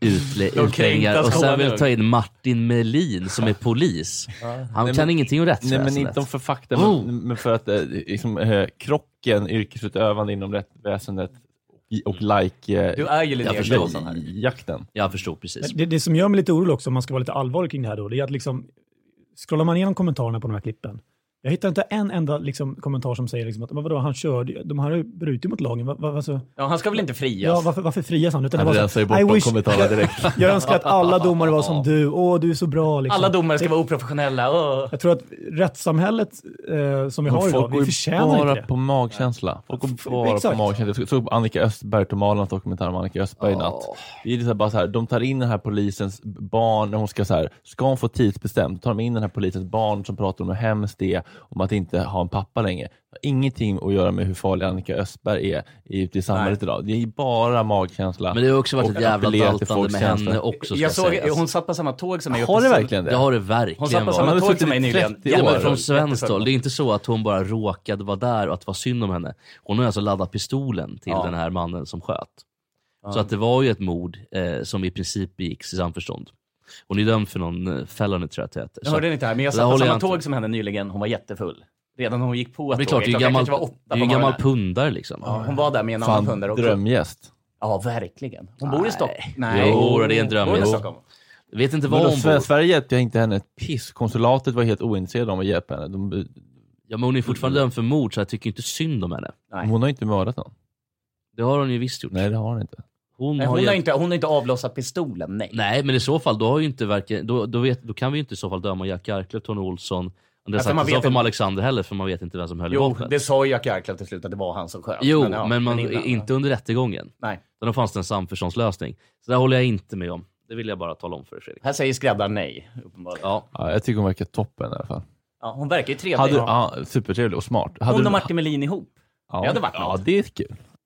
Speaker 5: utle-
Speaker 1: De kränkta
Speaker 5: utläggningar och sen vill
Speaker 1: skålar.
Speaker 5: ta in Martin Melin som är polis. Han kan
Speaker 1: Nej, men-
Speaker 5: ingenting om
Speaker 1: Nej,
Speaker 5: rättsväsendet.
Speaker 1: men inte om för fakta,
Speaker 5: Oh.
Speaker 1: men, men för att eh, liksom, eh, krocken, yrkesutövande inom rättsväsendet i- och like... Eh,
Speaker 12: Du är ju Linnea
Speaker 1: jag förstår
Speaker 12: Claesson här.
Speaker 1: Jakten.
Speaker 5: Jag förstår precis.
Speaker 12: Men Det, det som gör mig lite orolig också, om man ska vara lite allvarlig kring det här då, det är att liksom, scrollar man igenom kommentarerna på de här klippen, jag hittar inte en enda liksom, kommentar som säger liksom att "Men vadå, han körde, de här har ju brutit mot lagen. Vad- vad- alltså,
Speaker 6: Ja, han ska väl inte frias?
Speaker 12: Ja, varför, varför frias han?
Speaker 6: Han
Speaker 12: det var så här,
Speaker 6: rensar ju bort
Speaker 12: "I
Speaker 6: de
Speaker 12: wish-
Speaker 6: kommentarerna direkt."
Speaker 12: (laughs) jag önskar att alla domare var som du. Åh, du är så bra. Liksom.
Speaker 6: Alla domare ska
Speaker 12: Det-
Speaker 6: vara oprofessionella. Åh.
Speaker 12: Jag tror att rättssamhället eh, som vi har
Speaker 1: folk
Speaker 12: idag,
Speaker 1: går
Speaker 12: vi
Speaker 1: ju
Speaker 12: förtjänar
Speaker 1: bara
Speaker 12: inte det.
Speaker 1: på magkänsla. Folk går bara
Speaker 12: Exakt.
Speaker 1: på magkänsla. Jag såg Annika Östberg, Tomalernas dokumentär om Annika Östberg i natt. Det är lite så här, bara så här, de tar in den här polisens barn, när hon ska så här, ska hon få tidsbestämt, tar de in den här polisens barn som pratar om hur hemskt det är, om att inte ha en pappa längre. Det har ingenting att göra med hur farlig Annika Östberg är i- ute i samhället idag. Det är bara magkänsla.
Speaker 5: Men det har också varit
Speaker 1: och
Speaker 5: ett jävla
Speaker 1: appellera till
Speaker 5: daltande
Speaker 1: folks
Speaker 5: med
Speaker 1: känslor.
Speaker 5: henne också, ska
Speaker 6: Jag såg,
Speaker 5: sägas.
Speaker 6: hon satt på samma tåg som mig.
Speaker 1: Har det verkligen det?
Speaker 5: Det har det verkligen
Speaker 6: Hon satt på samma
Speaker 5: varit.
Speaker 6: tåg som mig nyligen.
Speaker 5: Ja, men från
Speaker 6: Jätteskönt.
Speaker 5: svenskt håll. Det är inte så att hon bara råkade vara där och att det var synd om henne. Hon har alltså laddat pistolen till
Speaker 6: Ja.
Speaker 5: den här mannen som sköt.
Speaker 6: Ja.
Speaker 5: Så att det var ju ett mord eh, som i princip begicks i samförstånd. Hon är dömd för någon eh, felony tror jag att det heter.
Speaker 6: Jag hörde den inte här, men jag
Speaker 5: så
Speaker 6: satt
Speaker 5: där
Speaker 6: på
Speaker 5: håller
Speaker 6: samma
Speaker 5: jag inte-
Speaker 6: tåg som henne nyligen. Hon var jättefull. Redan när hon gick på
Speaker 5: Det är klart, det är ju
Speaker 6: Klockan
Speaker 5: gammal-
Speaker 6: kanske var åtta
Speaker 5: det är ju
Speaker 6: på
Speaker 5: gammal
Speaker 6: morgonen.
Speaker 5: pundare liksom.
Speaker 6: Ja, hon var där med en
Speaker 5: Fan,
Speaker 6: annan pundare också.
Speaker 1: drömgäst.
Speaker 6: Ja, verkligen. Hon bor i Stockholm.
Speaker 5: Nej. Jo, det är en
Speaker 6: Bor hon i
Speaker 5: drömgäst.
Speaker 6: Stockholm?
Speaker 5: Vet inte
Speaker 1: Men
Speaker 5: var
Speaker 1: då
Speaker 5: hon
Speaker 1: Sve-
Speaker 5: bor.
Speaker 1: Sverige hjälpte jag inte henne ett piss. Konsulatet var helt ointresserade om att hjälpa henne. De,
Speaker 5: Ja, men hon är fortfarande dömd för mord så jag tycker inte synd om henne.
Speaker 1: Hon har inte mördat någon.
Speaker 5: Det har hon ju visst gjort.
Speaker 1: Nej, det har hon inte.
Speaker 5: Hon,
Speaker 6: Nej,
Speaker 5: har,
Speaker 6: hon,
Speaker 5: ju...
Speaker 6: har inte, hon har inte avlossat pistolen, nej.
Speaker 5: Nej, men i så fall, då, har ju inte verkligen, då, då, vet, då kan vi ju inte i så fall döma Jack Arklöv, Tony Olsson, Andreas
Speaker 6: Ja, för man
Speaker 5: Axelsson
Speaker 6: vet
Speaker 5: som
Speaker 6: inte-
Speaker 5: Alexander heller, för man vet inte vem som höll i
Speaker 6: Jo,
Speaker 5: vapnet.
Speaker 6: det sa ju Jack Arklöv till slut att det var han som sköt.
Speaker 5: Jo, men,
Speaker 6: ja,
Speaker 5: man,
Speaker 6: innan.
Speaker 5: inte under rättegången.
Speaker 6: Nej.
Speaker 5: Utan då fanns det en samförståndslösning. Så där håller jag inte med om. Det vill jag bara tala om för dig Fredrik.
Speaker 6: Här säger skräddaren nej, uppenbarligen.
Speaker 5: Ja.
Speaker 1: Ja, jag tycker hon verkar toppen i alla fall.
Speaker 6: Ja, hon verkar ju trevlig.
Speaker 1: Hade,
Speaker 6: ja.
Speaker 1: ja. supertrevlig och smart. Hade
Speaker 6: hon
Speaker 1: du-
Speaker 6: och Martin Melin ihop.
Speaker 1: ja,
Speaker 6: Det hade varit
Speaker 1: Ja, det är kul.